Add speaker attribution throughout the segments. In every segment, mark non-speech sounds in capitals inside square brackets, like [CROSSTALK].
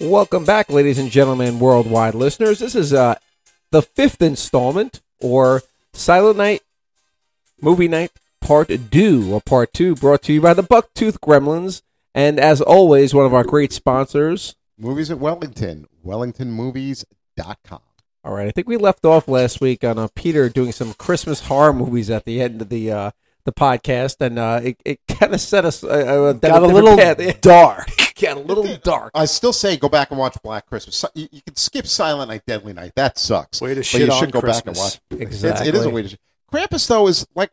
Speaker 1: Welcome back, ladies and gentlemen, worldwide listeners. This is uh, the fifth installment or Silent Night Movie Night Part 2 or Part 2 brought to you by the Bucktooth Gremlins. And as always, one of our great sponsors.
Speaker 2: Movies at Wellington, wellingtonmovies.com.
Speaker 1: All right, I think we left off last week on uh, Peter doing some Christmas horror movies at the end of the uh, the podcast, and uh, it, it kind of set us uh, uh, down
Speaker 3: Got a
Speaker 1: different
Speaker 3: little
Speaker 1: path.
Speaker 3: [LAUGHS]
Speaker 1: It
Speaker 3: dark.
Speaker 1: got a little
Speaker 3: [LAUGHS]
Speaker 1: dark.
Speaker 2: I still say go back and watch Black Christmas. Si- You, you can skip Silent Night, Deadly Night. That sucks.
Speaker 3: Way to
Speaker 2: But
Speaker 3: shit
Speaker 2: you
Speaker 3: on
Speaker 2: should go back and
Speaker 3: Christmas.
Speaker 2: watch. It's,
Speaker 1: Exactly.
Speaker 2: it is a way to shit. Krampus though is like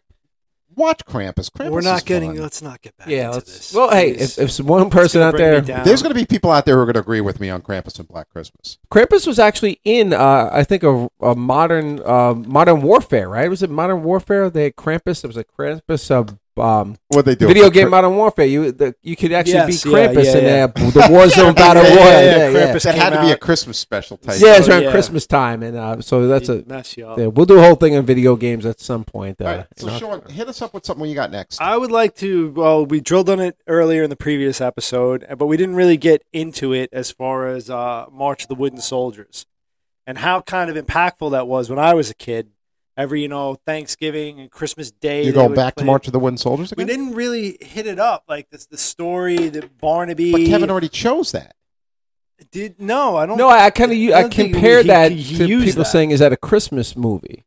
Speaker 2: watch Krampus. Krampus
Speaker 3: We're
Speaker 2: is
Speaker 3: not getting.
Speaker 2: fun.
Speaker 3: Let's not get back
Speaker 1: Yeah.
Speaker 3: into
Speaker 1: let's-
Speaker 3: this.
Speaker 1: well, hey,
Speaker 3: Please.
Speaker 1: if, if some one person
Speaker 3: gonna
Speaker 1: out
Speaker 3: bring me
Speaker 1: there,
Speaker 3: down.
Speaker 2: There's going to be people out there who are going to agree with me on Krampus and Black Christmas.
Speaker 1: Krampus was actually in, uh, I think, a, a modern uh, modern warfare, right? Was it modern warfare? They had Krampus. It was a Krampus uh, um,
Speaker 2: What they do?
Speaker 1: video game modern warfare. You the, you could actually
Speaker 3: Yes,
Speaker 1: be
Speaker 3: yeah,
Speaker 1: Krampus
Speaker 3: yeah,
Speaker 1: in
Speaker 3: [LAUGHS] yeah.
Speaker 1: uh, the Warzone battle
Speaker 2: yeah,
Speaker 1: royale.
Speaker 2: yeah,
Speaker 3: yeah, Krampus
Speaker 2: That had
Speaker 3: came
Speaker 2: to be a
Speaker 3: out.
Speaker 2: Christmas special type.
Speaker 1: Yeah, it's
Speaker 3: So,
Speaker 1: around
Speaker 3: yeah.
Speaker 1: Christmas time, and uh, so that's a
Speaker 3: He'd mess you up.
Speaker 1: yeah, we'll do a whole thing on video games at some point. Uh,
Speaker 2: All right, so
Speaker 1: in
Speaker 2: Sean, hit us up with something you got next.
Speaker 3: I would like to. Well, we drilled on it earlier in the previous episode, but we didn't really get into it as far as uh, March of the Wooden Soldiers and how kind of impactful that was when I was a kid. Every you know Thanksgiving and Christmas Day,
Speaker 2: you
Speaker 3: they
Speaker 2: go
Speaker 3: would
Speaker 2: back to
Speaker 3: play-
Speaker 2: March of the Wooden Soldiers
Speaker 3: We
Speaker 2: again.
Speaker 3: didn't really hit it up like this. The story that Barnaby
Speaker 2: but Kevin already chose that.
Speaker 3: did. No, I don't.
Speaker 1: No, I, I kind of
Speaker 3: I
Speaker 1: I,
Speaker 3: don't think
Speaker 1: compared
Speaker 3: he-
Speaker 1: that
Speaker 3: he- he
Speaker 1: to
Speaker 3: used
Speaker 1: people
Speaker 3: that.
Speaker 1: saying, "Is that a Christmas movie?"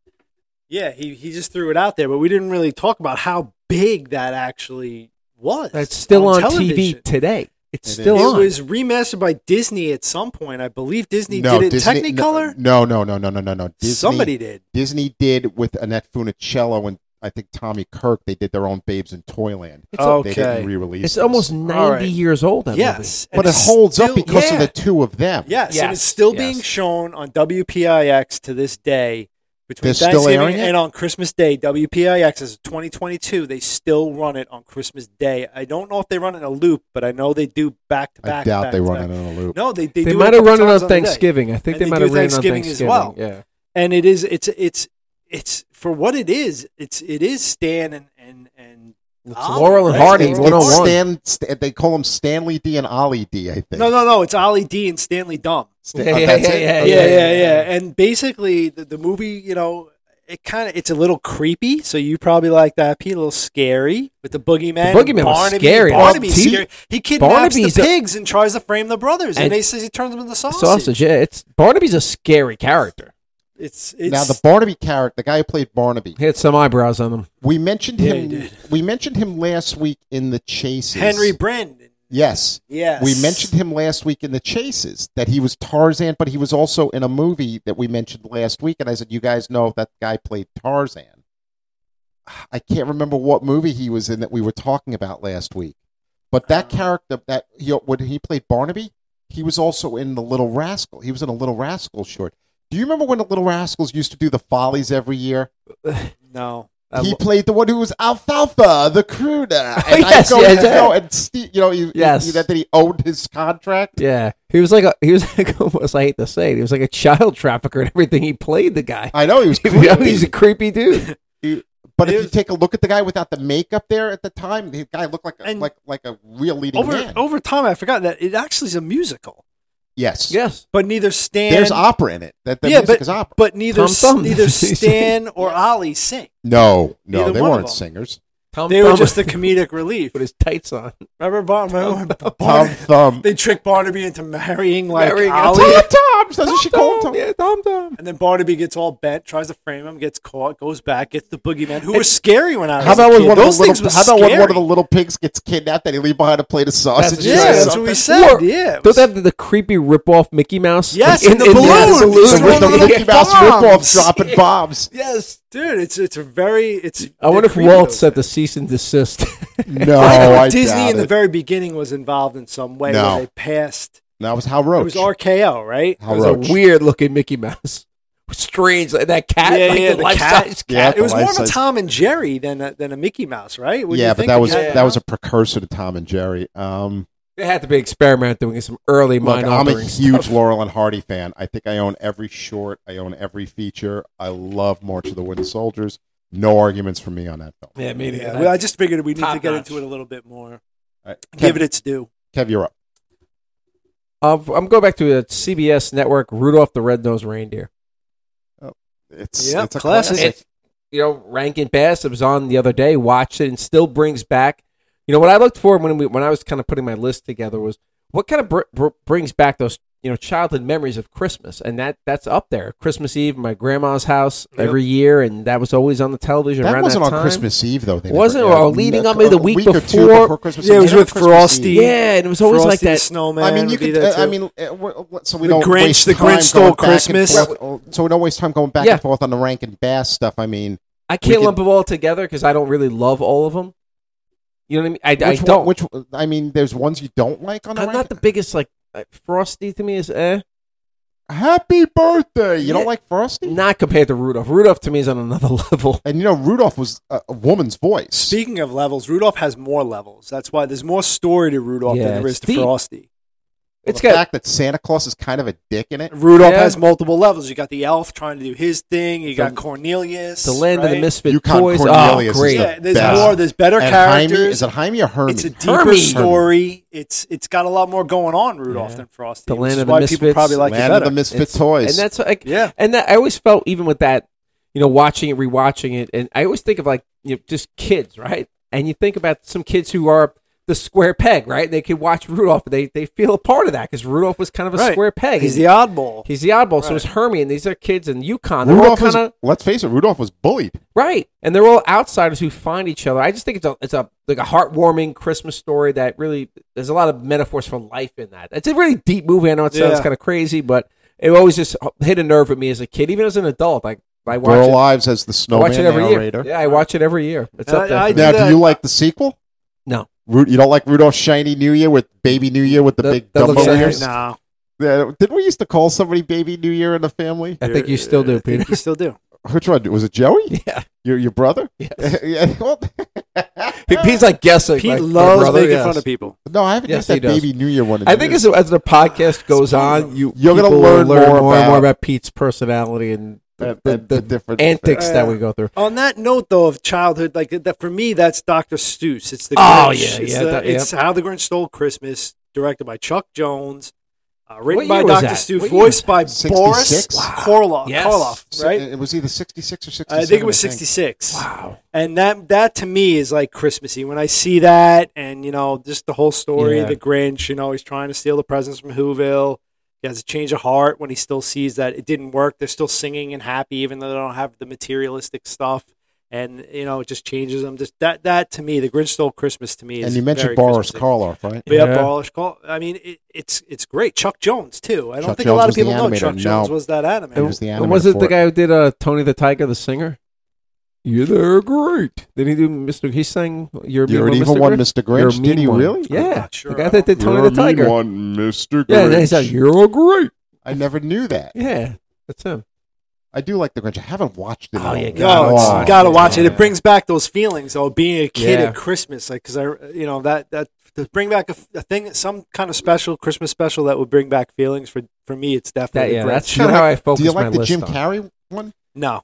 Speaker 3: Yeah, he, he just threw it out there, but we didn't really talk about how big that actually was.
Speaker 1: That's still on, TV
Speaker 3: television.
Speaker 1: today. It's
Speaker 2: It
Speaker 1: still
Speaker 2: is.
Speaker 3: it
Speaker 1: on.
Speaker 3: was remastered by Disney at some point. I believe Disney
Speaker 2: no,
Speaker 3: did it
Speaker 2: Disney,
Speaker 3: Technicolor.
Speaker 2: No, no, no, no, no, no, no. Disney,
Speaker 3: Somebody did.
Speaker 2: Disney did with Annette Funicello and I think Tommy Kirk. They did their own Babes in Toyland.
Speaker 1: It's a-
Speaker 2: They
Speaker 3: okay.
Speaker 2: didn't re-release.
Speaker 1: it's
Speaker 2: this.
Speaker 1: almost ninety
Speaker 3: right.
Speaker 1: years old. That
Speaker 3: yes,
Speaker 2: but
Speaker 3: and
Speaker 2: it
Speaker 3: it's
Speaker 2: holds up
Speaker 3: still-
Speaker 2: because
Speaker 3: yeah.
Speaker 2: of the two of them.
Speaker 3: Yes, and
Speaker 1: Yes,
Speaker 3: it's still
Speaker 1: yes.
Speaker 3: being shown on WPIX to this day. Between
Speaker 2: They're still
Speaker 3: Thanksgiving
Speaker 2: airing it?
Speaker 3: and on Christmas Day, WPIX is 2022. They still run it on Christmas Day. I don't know if they run it in a loop, but I know they do back to
Speaker 2: I
Speaker 3: back.
Speaker 2: doubt
Speaker 3: back
Speaker 2: they
Speaker 3: to
Speaker 2: run
Speaker 3: back.
Speaker 2: it on a loop.
Speaker 3: No, they
Speaker 1: movie.
Speaker 3: they,
Speaker 1: They
Speaker 3: do
Speaker 1: might
Speaker 3: it a
Speaker 1: have
Speaker 3: couple
Speaker 1: run it on
Speaker 3: times on the day.
Speaker 1: Thanksgiving. I think
Speaker 3: And
Speaker 1: they
Speaker 3: they
Speaker 1: might
Speaker 3: do
Speaker 1: have run it on
Speaker 3: Thanksgiving
Speaker 1: Thanksgiving
Speaker 3: as well.
Speaker 1: Yeah.
Speaker 3: and it is it's it's it's for what it is. It's it is Stan and and and
Speaker 1: It's
Speaker 2: Ah,
Speaker 3: Ollie,
Speaker 1: Laurel and
Speaker 3: right?
Speaker 1: Hardy,
Speaker 2: It's-
Speaker 3: It's-
Speaker 2: it's
Speaker 1: 101.
Speaker 2: Stan, Stan- they call him Stanley D and Ollie D. I think.
Speaker 3: No, no, no! It's Ollie D and Stanley Dumb.
Speaker 2: Stan-
Speaker 1: Yeah,
Speaker 2: oh,
Speaker 1: yeah,
Speaker 2: that's
Speaker 1: yeah,
Speaker 2: it?
Speaker 1: yeah,
Speaker 2: Okay.
Speaker 3: Yeah, yeah, yeah. And basically, the, the movie, you know, it kind of it's a little creepy. So you probably like that. Pete, a little scary with the boogeyman.
Speaker 1: The boogeyman was
Speaker 3: Barnaby,
Speaker 1: scary.
Speaker 3: Barnaby's
Speaker 1: Well, Pete-
Speaker 3: scary. He kidnaps
Speaker 1: Barnaby's a-
Speaker 3: the pigs and tries to frame the brothers, and,
Speaker 1: And-
Speaker 3: they says he turns them into sausage.
Speaker 1: Sausage. Yeah, it's Barnaby's a scary character.
Speaker 3: It's it's
Speaker 2: Now the Barnaby character, the guy who played Barnaby,
Speaker 1: He had some eyebrows on him.
Speaker 2: we mentioned
Speaker 3: Yeah, he
Speaker 2: him.
Speaker 3: did.
Speaker 2: We mentioned him last week in the chases.
Speaker 3: Henry Brandon.
Speaker 2: Yes.
Speaker 3: Yes,
Speaker 2: We mentioned him last week in the chases that he was Tarzan, but he was also in a movie that we mentioned last week. And I said, You guys know that guy played Tarzan. I can't remember what movie he was in that we were talking about last week. But that
Speaker 1: Um,
Speaker 3: Oh.
Speaker 2: character, that he, when he played Barnaby, he was also in The Little Rascal. He was in a Little Rascal short. Do you remember when the Little Rascals used to do the Follies every year?
Speaker 3: No,
Speaker 1: I
Speaker 2: he
Speaker 1: lo-
Speaker 2: played the one who was Alfalfa, the cruder.
Speaker 1: [LAUGHS]
Speaker 2: And
Speaker 1: Yes,
Speaker 2: I go,
Speaker 1: yes,
Speaker 2: you know,
Speaker 1: yes.
Speaker 2: and Steve, you know, he,
Speaker 1: Yes.
Speaker 2: he, that, that he owned his contract.
Speaker 1: yeah, he was like a he was [LAUGHS] like almost. I hate to say it. He was like a child trafficker and everything. He played the guy. [LAUGHS]
Speaker 2: I know he
Speaker 3: [LAUGHS]
Speaker 2: was
Speaker 1: You know,
Speaker 2: creepy,
Speaker 1: he's a creepy dude.
Speaker 2: but if
Speaker 3: It
Speaker 2: you
Speaker 3: was-
Speaker 2: take a look at the guy without the makeup there at the time, the guy looked like a,
Speaker 3: And-
Speaker 2: like like a real leading
Speaker 3: over
Speaker 2: man.
Speaker 3: over time, I forgot that it actually is a musical.
Speaker 2: yes,
Speaker 1: yes.
Speaker 3: But neither Stan,
Speaker 2: there's opera in it. That the
Speaker 3: yeah,
Speaker 2: music
Speaker 3: but,
Speaker 2: is opera.
Speaker 3: but neither
Speaker 1: Tom Thumb.
Speaker 2: [LAUGHS]
Speaker 3: neither Stan or Ollie sing.
Speaker 2: No, no,
Speaker 3: Neither
Speaker 2: they
Speaker 3: one of
Speaker 2: weren't
Speaker 3: them.
Speaker 2: singers.
Speaker 1: Tom
Speaker 3: They were
Speaker 1: Thumb
Speaker 3: just the comedic relief.
Speaker 1: [LAUGHS] with his tights on.
Speaker 3: Remember, Bar- remember
Speaker 2: Tom
Speaker 3: Barnaby?
Speaker 2: Thumb.
Speaker 3: They tricked Barnaby into marrying like
Speaker 1: Marrying
Speaker 3: Ollie,
Speaker 2: Tom Toms. Doesn't she call him Tom?
Speaker 1: Yeah, Tom Tom.
Speaker 3: and then Barnaby gets all bent, tries to frame him, gets caught, goes back, gets the boogeyman, who was scary when I was.
Speaker 2: How about
Speaker 3: a
Speaker 2: when
Speaker 3: kid.
Speaker 2: one of
Speaker 3: Those
Speaker 2: the
Speaker 3: things
Speaker 2: little,
Speaker 3: was
Speaker 2: how about when one of the
Speaker 3: scary.
Speaker 2: little pigs gets kidnapped and he leave behind a plate of sausage?
Speaker 3: yeah,
Speaker 1: Yeah,
Speaker 3: that's
Speaker 1: something.
Speaker 3: what we said.
Speaker 1: Or-
Speaker 3: yeah, it
Speaker 1: Don't
Speaker 3: was-
Speaker 1: they have the, the creepy rip-off Mickey Mouse?
Speaker 3: Yes, and the balloon.
Speaker 1: yes,
Speaker 3: balloon.
Speaker 2: With
Speaker 3: Throwing
Speaker 2: the
Speaker 3: little
Speaker 2: Mickey Mouse ripoff
Speaker 3: bombs.
Speaker 2: dropping
Speaker 3: [LAUGHS]
Speaker 2: bombs.
Speaker 1: Yes.
Speaker 3: dude, it's it's a very it's.
Speaker 1: I wonder if
Speaker 3: they're creepy,
Speaker 1: Walt
Speaker 3: those
Speaker 1: set the
Speaker 3: things.
Speaker 1: cease and desist. [LAUGHS]
Speaker 2: No,
Speaker 3: I know
Speaker 2: Oh, I
Speaker 3: Disney
Speaker 2: doubt
Speaker 3: in the
Speaker 2: it.
Speaker 3: very beginning was involved in some way.
Speaker 2: No.
Speaker 3: where they passed.
Speaker 2: That was Hal
Speaker 3: It
Speaker 2: Roach.
Speaker 3: was RKO, right?
Speaker 2: Hal
Speaker 1: It was
Speaker 2: Roach.
Speaker 1: a weird looking Mickey Mouse. [LAUGHS] Strange, like that cat,
Speaker 3: Yeah,
Speaker 1: like
Speaker 3: yeah,
Speaker 1: the,
Speaker 3: the
Speaker 1: life size
Speaker 2: Yeah,
Speaker 1: cat.
Speaker 3: It was
Speaker 2: the
Speaker 3: more
Speaker 2: life
Speaker 3: of a
Speaker 2: size.
Speaker 3: Tom and Jerry than a, than a Mickey Mouse, right? Wouldn't
Speaker 2: yeah,
Speaker 3: you
Speaker 2: but
Speaker 3: think
Speaker 2: that
Speaker 3: the
Speaker 2: was
Speaker 3: cat and
Speaker 2: that was
Speaker 3: mouse?
Speaker 2: a precursor to Tom and Jerry. Um,
Speaker 1: They had to be experimenting with some early
Speaker 2: look,
Speaker 1: mind
Speaker 2: I'm a
Speaker 1: altering
Speaker 2: huge
Speaker 1: stuff.
Speaker 2: Laurel and Hardy fan. I think I own every short. I own every feature. I love March of the Wooden Soldiers. No arguments from me on that film.
Speaker 1: [LAUGHS] Yeah, maybe.
Speaker 3: Yeah, well, I just figured we need to
Speaker 1: Top
Speaker 3: get
Speaker 1: notch.
Speaker 3: into it a little bit more.
Speaker 2: All right, Kev,
Speaker 3: Give it its due.
Speaker 2: Kev, you're up.
Speaker 1: Uh, I'm going back to a CBS network, Rudolph the Red-Nosed Reindeer.
Speaker 2: It's
Speaker 3: Yep,
Speaker 2: it's a
Speaker 3: classic.
Speaker 2: classic.
Speaker 1: It, you know, Rankin Bass it was on the other day, watched it, and still brings back. You know what I looked for when we, when I was kind of putting my list together was what kind of br- br- brings back those you know childhood memories of Christmas, and that that's up there. Christmas Eve, my grandma's house
Speaker 3: Yep.
Speaker 1: every year, and that was always on the television.
Speaker 2: That
Speaker 1: around
Speaker 2: wasn't
Speaker 1: that
Speaker 2: on
Speaker 1: time.
Speaker 2: Christmas Eve though. They
Speaker 1: Wasn't
Speaker 2: never-
Speaker 1: it?
Speaker 2: yeah,
Speaker 1: Or leading
Speaker 2: a-
Speaker 1: up maybe the
Speaker 2: a
Speaker 1: week
Speaker 2: or two
Speaker 1: before-
Speaker 2: Christmas.
Speaker 3: Yeah, it
Speaker 2: Maybe
Speaker 3: was
Speaker 2: on
Speaker 3: with
Speaker 2: Christmas
Speaker 3: Frosty.
Speaker 2: Eve.
Speaker 1: Yeah, and it was always
Speaker 3: Frosty the
Speaker 1: like that.
Speaker 3: Snowman.
Speaker 2: I mean, you
Speaker 3: would be
Speaker 2: could.
Speaker 3: there,
Speaker 2: uh, I
Speaker 3: too.
Speaker 2: mean, uh, we're- so we
Speaker 3: The
Speaker 2: don't
Speaker 3: Grinch-
Speaker 2: waste
Speaker 3: the
Speaker 2: time
Speaker 3: Grinch
Speaker 2: going
Speaker 3: Stole
Speaker 2: back and
Speaker 3: Christmas.
Speaker 2: forth. So we don't waste time going back
Speaker 1: Yeah.
Speaker 2: and forth on the Rankin Bass stuff. I mean,
Speaker 1: I can't
Speaker 2: could-
Speaker 1: lump them all together because I don't really love all of them. You know what I mean? I, I
Speaker 2: which one-
Speaker 1: don't.
Speaker 2: Which I mean, there's ones you don't like on the.
Speaker 1: I'm not the
Speaker 2: Rankin-
Speaker 1: biggest like uh, Frosty to me is eh.
Speaker 2: Happy birthday! You
Speaker 1: Yeah.
Speaker 2: don't like Frosty?
Speaker 1: Not compared to Rudolph. Rudolph to me is on another [LAUGHS] level.
Speaker 2: And you know, Rudolph was a, a woman's voice.
Speaker 3: Speaking of levels, Rudolph has more levels. That's why there's more story to Rudolph
Speaker 1: Yeah,
Speaker 3: than there
Speaker 1: it's
Speaker 3: is to
Speaker 1: deep.
Speaker 3: Frosty.
Speaker 1: It's
Speaker 2: the
Speaker 1: got
Speaker 2: fact that Santa Claus is kind of a dick in it.
Speaker 3: Rudolph
Speaker 1: Yeah.
Speaker 3: has multiple levels. You got the elf trying to do his thing. You got
Speaker 1: The-
Speaker 3: Cornelius.
Speaker 1: the land of the
Speaker 3: right?
Speaker 1: misfit
Speaker 2: Yukon
Speaker 1: toys.
Speaker 2: Cornelius
Speaker 1: oh,
Speaker 2: is
Speaker 1: great!
Speaker 2: the
Speaker 3: Yeah, there's
Speaker 2: best.
Speaker 3: more. There's better
Speaker 2: and Jaime,
Speaker 3: characters.
Speaker 2: is it Jaime or Hermie?
Speaker 3: it's a deeper
Speaker 1: Hermie.
Speaker 3: story. It's it's got a lot more going on Rudolph
Speaker 1: Yeah.
Speaker 3: than Frosty.
Speaker 1: The
Speaker 3: which
Speaker 1: Land
Speaker 3: is
Speaker 1: of the
Speaker 3: why people
Speaker 1: Misfits.
Speaker 3: probably like
Speaker 2: Land
Speaker 3: it
Speaker 2: of
Speaker 3: better.
Speaker 2: the Misfit
Speaker 1: It's- and
Speaker 2: Toys.
Speaker 1: that's like,
Speaker 3: yeah,
Speaker 1: and that I always felt even with that, you know, watching it, rewatching it, and I always think of like you know, just kids, right? And you think about some kids who are the square peg, right? They could watch Rudolph, they they feel a part of that because Rudolph was kind of a
Speaker 3: Right.
Speaker 1: square peg.
Speaker 3: He's the oddball.
Speaker 1: He's the oddball. So
Speaker 3: Right.
Speaker 1: is Hermie, and these are kids in Yukon. They're
Speaker 2: Rudolph
Speaker 1: all kind
Speaker 2: is, let's face it, Rudolph was bullied.
Speaker 1: right, and they're all outsiders who find each other. I just think it's a it's a like a heartwarming Christmas story that really there's a lot of metaphors for life in that. It's a really deep movie. I know it sounds
Speaker 3: Yeah.
Speaker 1: kind of crazy, but it always just hit a nerve with me as a kid, even as an adult. Like I watch
Speaker 2: Burl
Speaker 1: it,
Speaker 2: Ives as the
Speaker 1: I
Speaker 2: snowman
Speaker 1: watch it every
Speaker 2: narrator.
Speaker 1: year. Yeah, I watch it every year. It's
Speaker 3: And
Speaker 1: up there.
Speaker 3: I-
Speaker 1: for
Speaker 3: I
Speaker 1: me.
Speaker 3: do
Speaker 2: Now, do
Speaker 3: that-
Speaker 2: you like the sequel?
Speaker 1: no,
Speaker 2: Ru- You don't like Rudolph Shiny New Year with Baby New Year with the
Speaker 1: That-
Speaker 2: big
Speaker 1: that
Speaker 2: Dumbo
Speaker 1: looks like-
Speaker 2: ears?
Speaker 3: no,
Speaker 2: Yeah, didn't we used to call somebody Baby New Year in the family?
Speaker 1: I think you still
Speaker 3: I
Speaker 1: do,
Speaker 3: think
Speaker 1: Peter.
Speaker 3: [LAUGHS] You still do.
Speaker 2: Which one was it? Joey,
Speaker 1: [LAUGHS] Yeah,
Speaker 2: your your brother?
Speaker 1: Yes.
Speaker 2: yeah. well-
Speaker 1: Pete's like guessing.
Speaker 3: Pete
Speaker 1: like, my
Speaker 3: loves
Speaker 1: brother,
Speaker 3: making
Speaker 1: yes.
Speaker 3: fun of people.
Speaker 2: no, I haven't
Speaker 1: Yes,
Speaker 2: used
Speaker 1: he
Speaker 2: that
Speaker 1: does.
Speaker 2: Baby New Year one. in
Speaker 1: I think
Speaker 2: years.
Speaker 1: as, as the podcast goes on, you
Speaker 2: You're gonna
Speaker 1: people will
Speaker 2: learn more
Speaker 1: and more
Speaker 2: about-
Speaker 1: about Pete's personality and the,
Speaker 2: And-
Speaker 1: the,
Speaker 2: and the
Speaker 1: the
Speaker 2: different-
Speaker 1: antics that we
Speaker 3: Yeah.
Speaker 1: go through.
Speaker 3: On that note, though, of childhood, like that for me, that's Doctor Seuss. It's the
Speaker 1: Oh,
Speaker 3: Grinch.
Speaker 1: yeah,
Speaker 3: it's,
Speaker 1: yeah,
Speaker 3: the-
Speaker 1: that-
Speaker 3: it's how the Grinch stole Christmas, directed by Chuck Jones, uh, written
Speaker 1: What year
Speaker 3: by
Speaker 1: was
Speaker 3: Doctor
Speaker 1: that? What
Speaker 3: Seuss,
Speaker 1: year
Speaker 3: voiced by
Speaker 2: 66?
Speaker 3: Boris
Speaker 2: Wow.
Speaker 3: Karloff.
Speaker 1: Yes.
Speaker 3: Karloff,
Speaker 2: So-
Speaker 3: right?
Speaker 2: It was either sixty six or sixty.
Speaker 3: I think it was sixty six.
Speaker 1: Wow.
Speaker 3: And that that to me is like Christmassy. When I see that, and you know, just the whole story,
Speaker 1: Yeah.
Speaker 3: the Grinch. You know, he's trying to steal the presents from Whoville. He has a change of heart when he still sees that it didn't work. They're still singing and happy, even though they don't have the materialistic stuff. And you know, it just changes them. Just that that to me, the Grinch stole Christmas to me. Is
Speaker 2: And you mentioned
Speaker 3: very
Speaker 2: Boris
Speaker 3: Christmassy.
Speaker 2: Karloff, right?
Speaker 3: Yeah,
Speaker 1: Yeah.
Speaker 3: Boris Karl. I mean, it, it's it's great. Chuck Jones too. I don't
Speaker 2: Chuck
Speaker 3: think
Speaker 2: Jones
Speaker 3: a lot
Speaker 2: was
Speaker 3: of
Speaker 2: the
Speaker 3: people know
Speaker 2: animator.
Speaker 3: Chuck
Speaker 2: No.
Speaker 3: Jones was that animator.
Speaker 2: It was the
Speaker 1: And
Speaker 2: animator
Speaker 1: was it
Speaker 2: for
Speaker 1: the
Speaker 2: it.
Speaker 1: guy who did uh, Tony the Tiger, the singer? You're there, great. Did he do Mr. He sang You're, a
Speaker 2: You're an
Speaker 1: mean
Speaker 2: evil one,
Speaker 1: one,
Speaker 2: Mr.
Speaker 1: Grinch? You're a
Speaker 2: Grinch. Did
Speaker 1: mean
Speaker 2: he
Speaker 1: one.
Speaker 2: really?
Speaker 3: I'm
Speaker 1: Yeah,
Speaker 3: not sure.
Speaker 1: the guy that did Tony the Tiger.
Speaker 2: one, Mr.
Speaker 1: Yeah, and then he said, "You're a great."
Speaker 2: I never knew that.
Speaker 1: Yeah, that's him. I
Speaker 2: I do like the Grinch. I haven't watched it.
Speaker 1: Oh,
Speaker 2: in
Speaker 1: you
Speaker 2: a
Speaker 1: gotta
Speaker 3: No,
Speaker 2: long
Speaker 3: it's,
Speaker 1: watch
Speaker 3: you gotta
Speaker 1: it.
Speaker 3: watch it.
Speaker 1: Yeah.
Speaker 3: It brings back those feelings of being a kid
Speaker 1: Yeah.
Speaker 3: at Christmas, like because I, you know, that that to bring back a, f- a thing, some kind of special Christmas special that would bring back feelings for for me. It's
Speaker 1: That
Speaker 3: definitely
Speaker 1: yeah,
Speaker 3: the Grinch.
Speaker 1: that's
Speaker 2: Do you
Speaker 1: kind of how I
Speaker 2: like-
Speaker 1: focus
Speaker 2: Do you
Speaker 1: my
Speaker 2: like the
Speaker 1: list
Speaker 2: Jim
Speaker 1: on.
Speaker 2: Carrey one?
Speaker 3: no.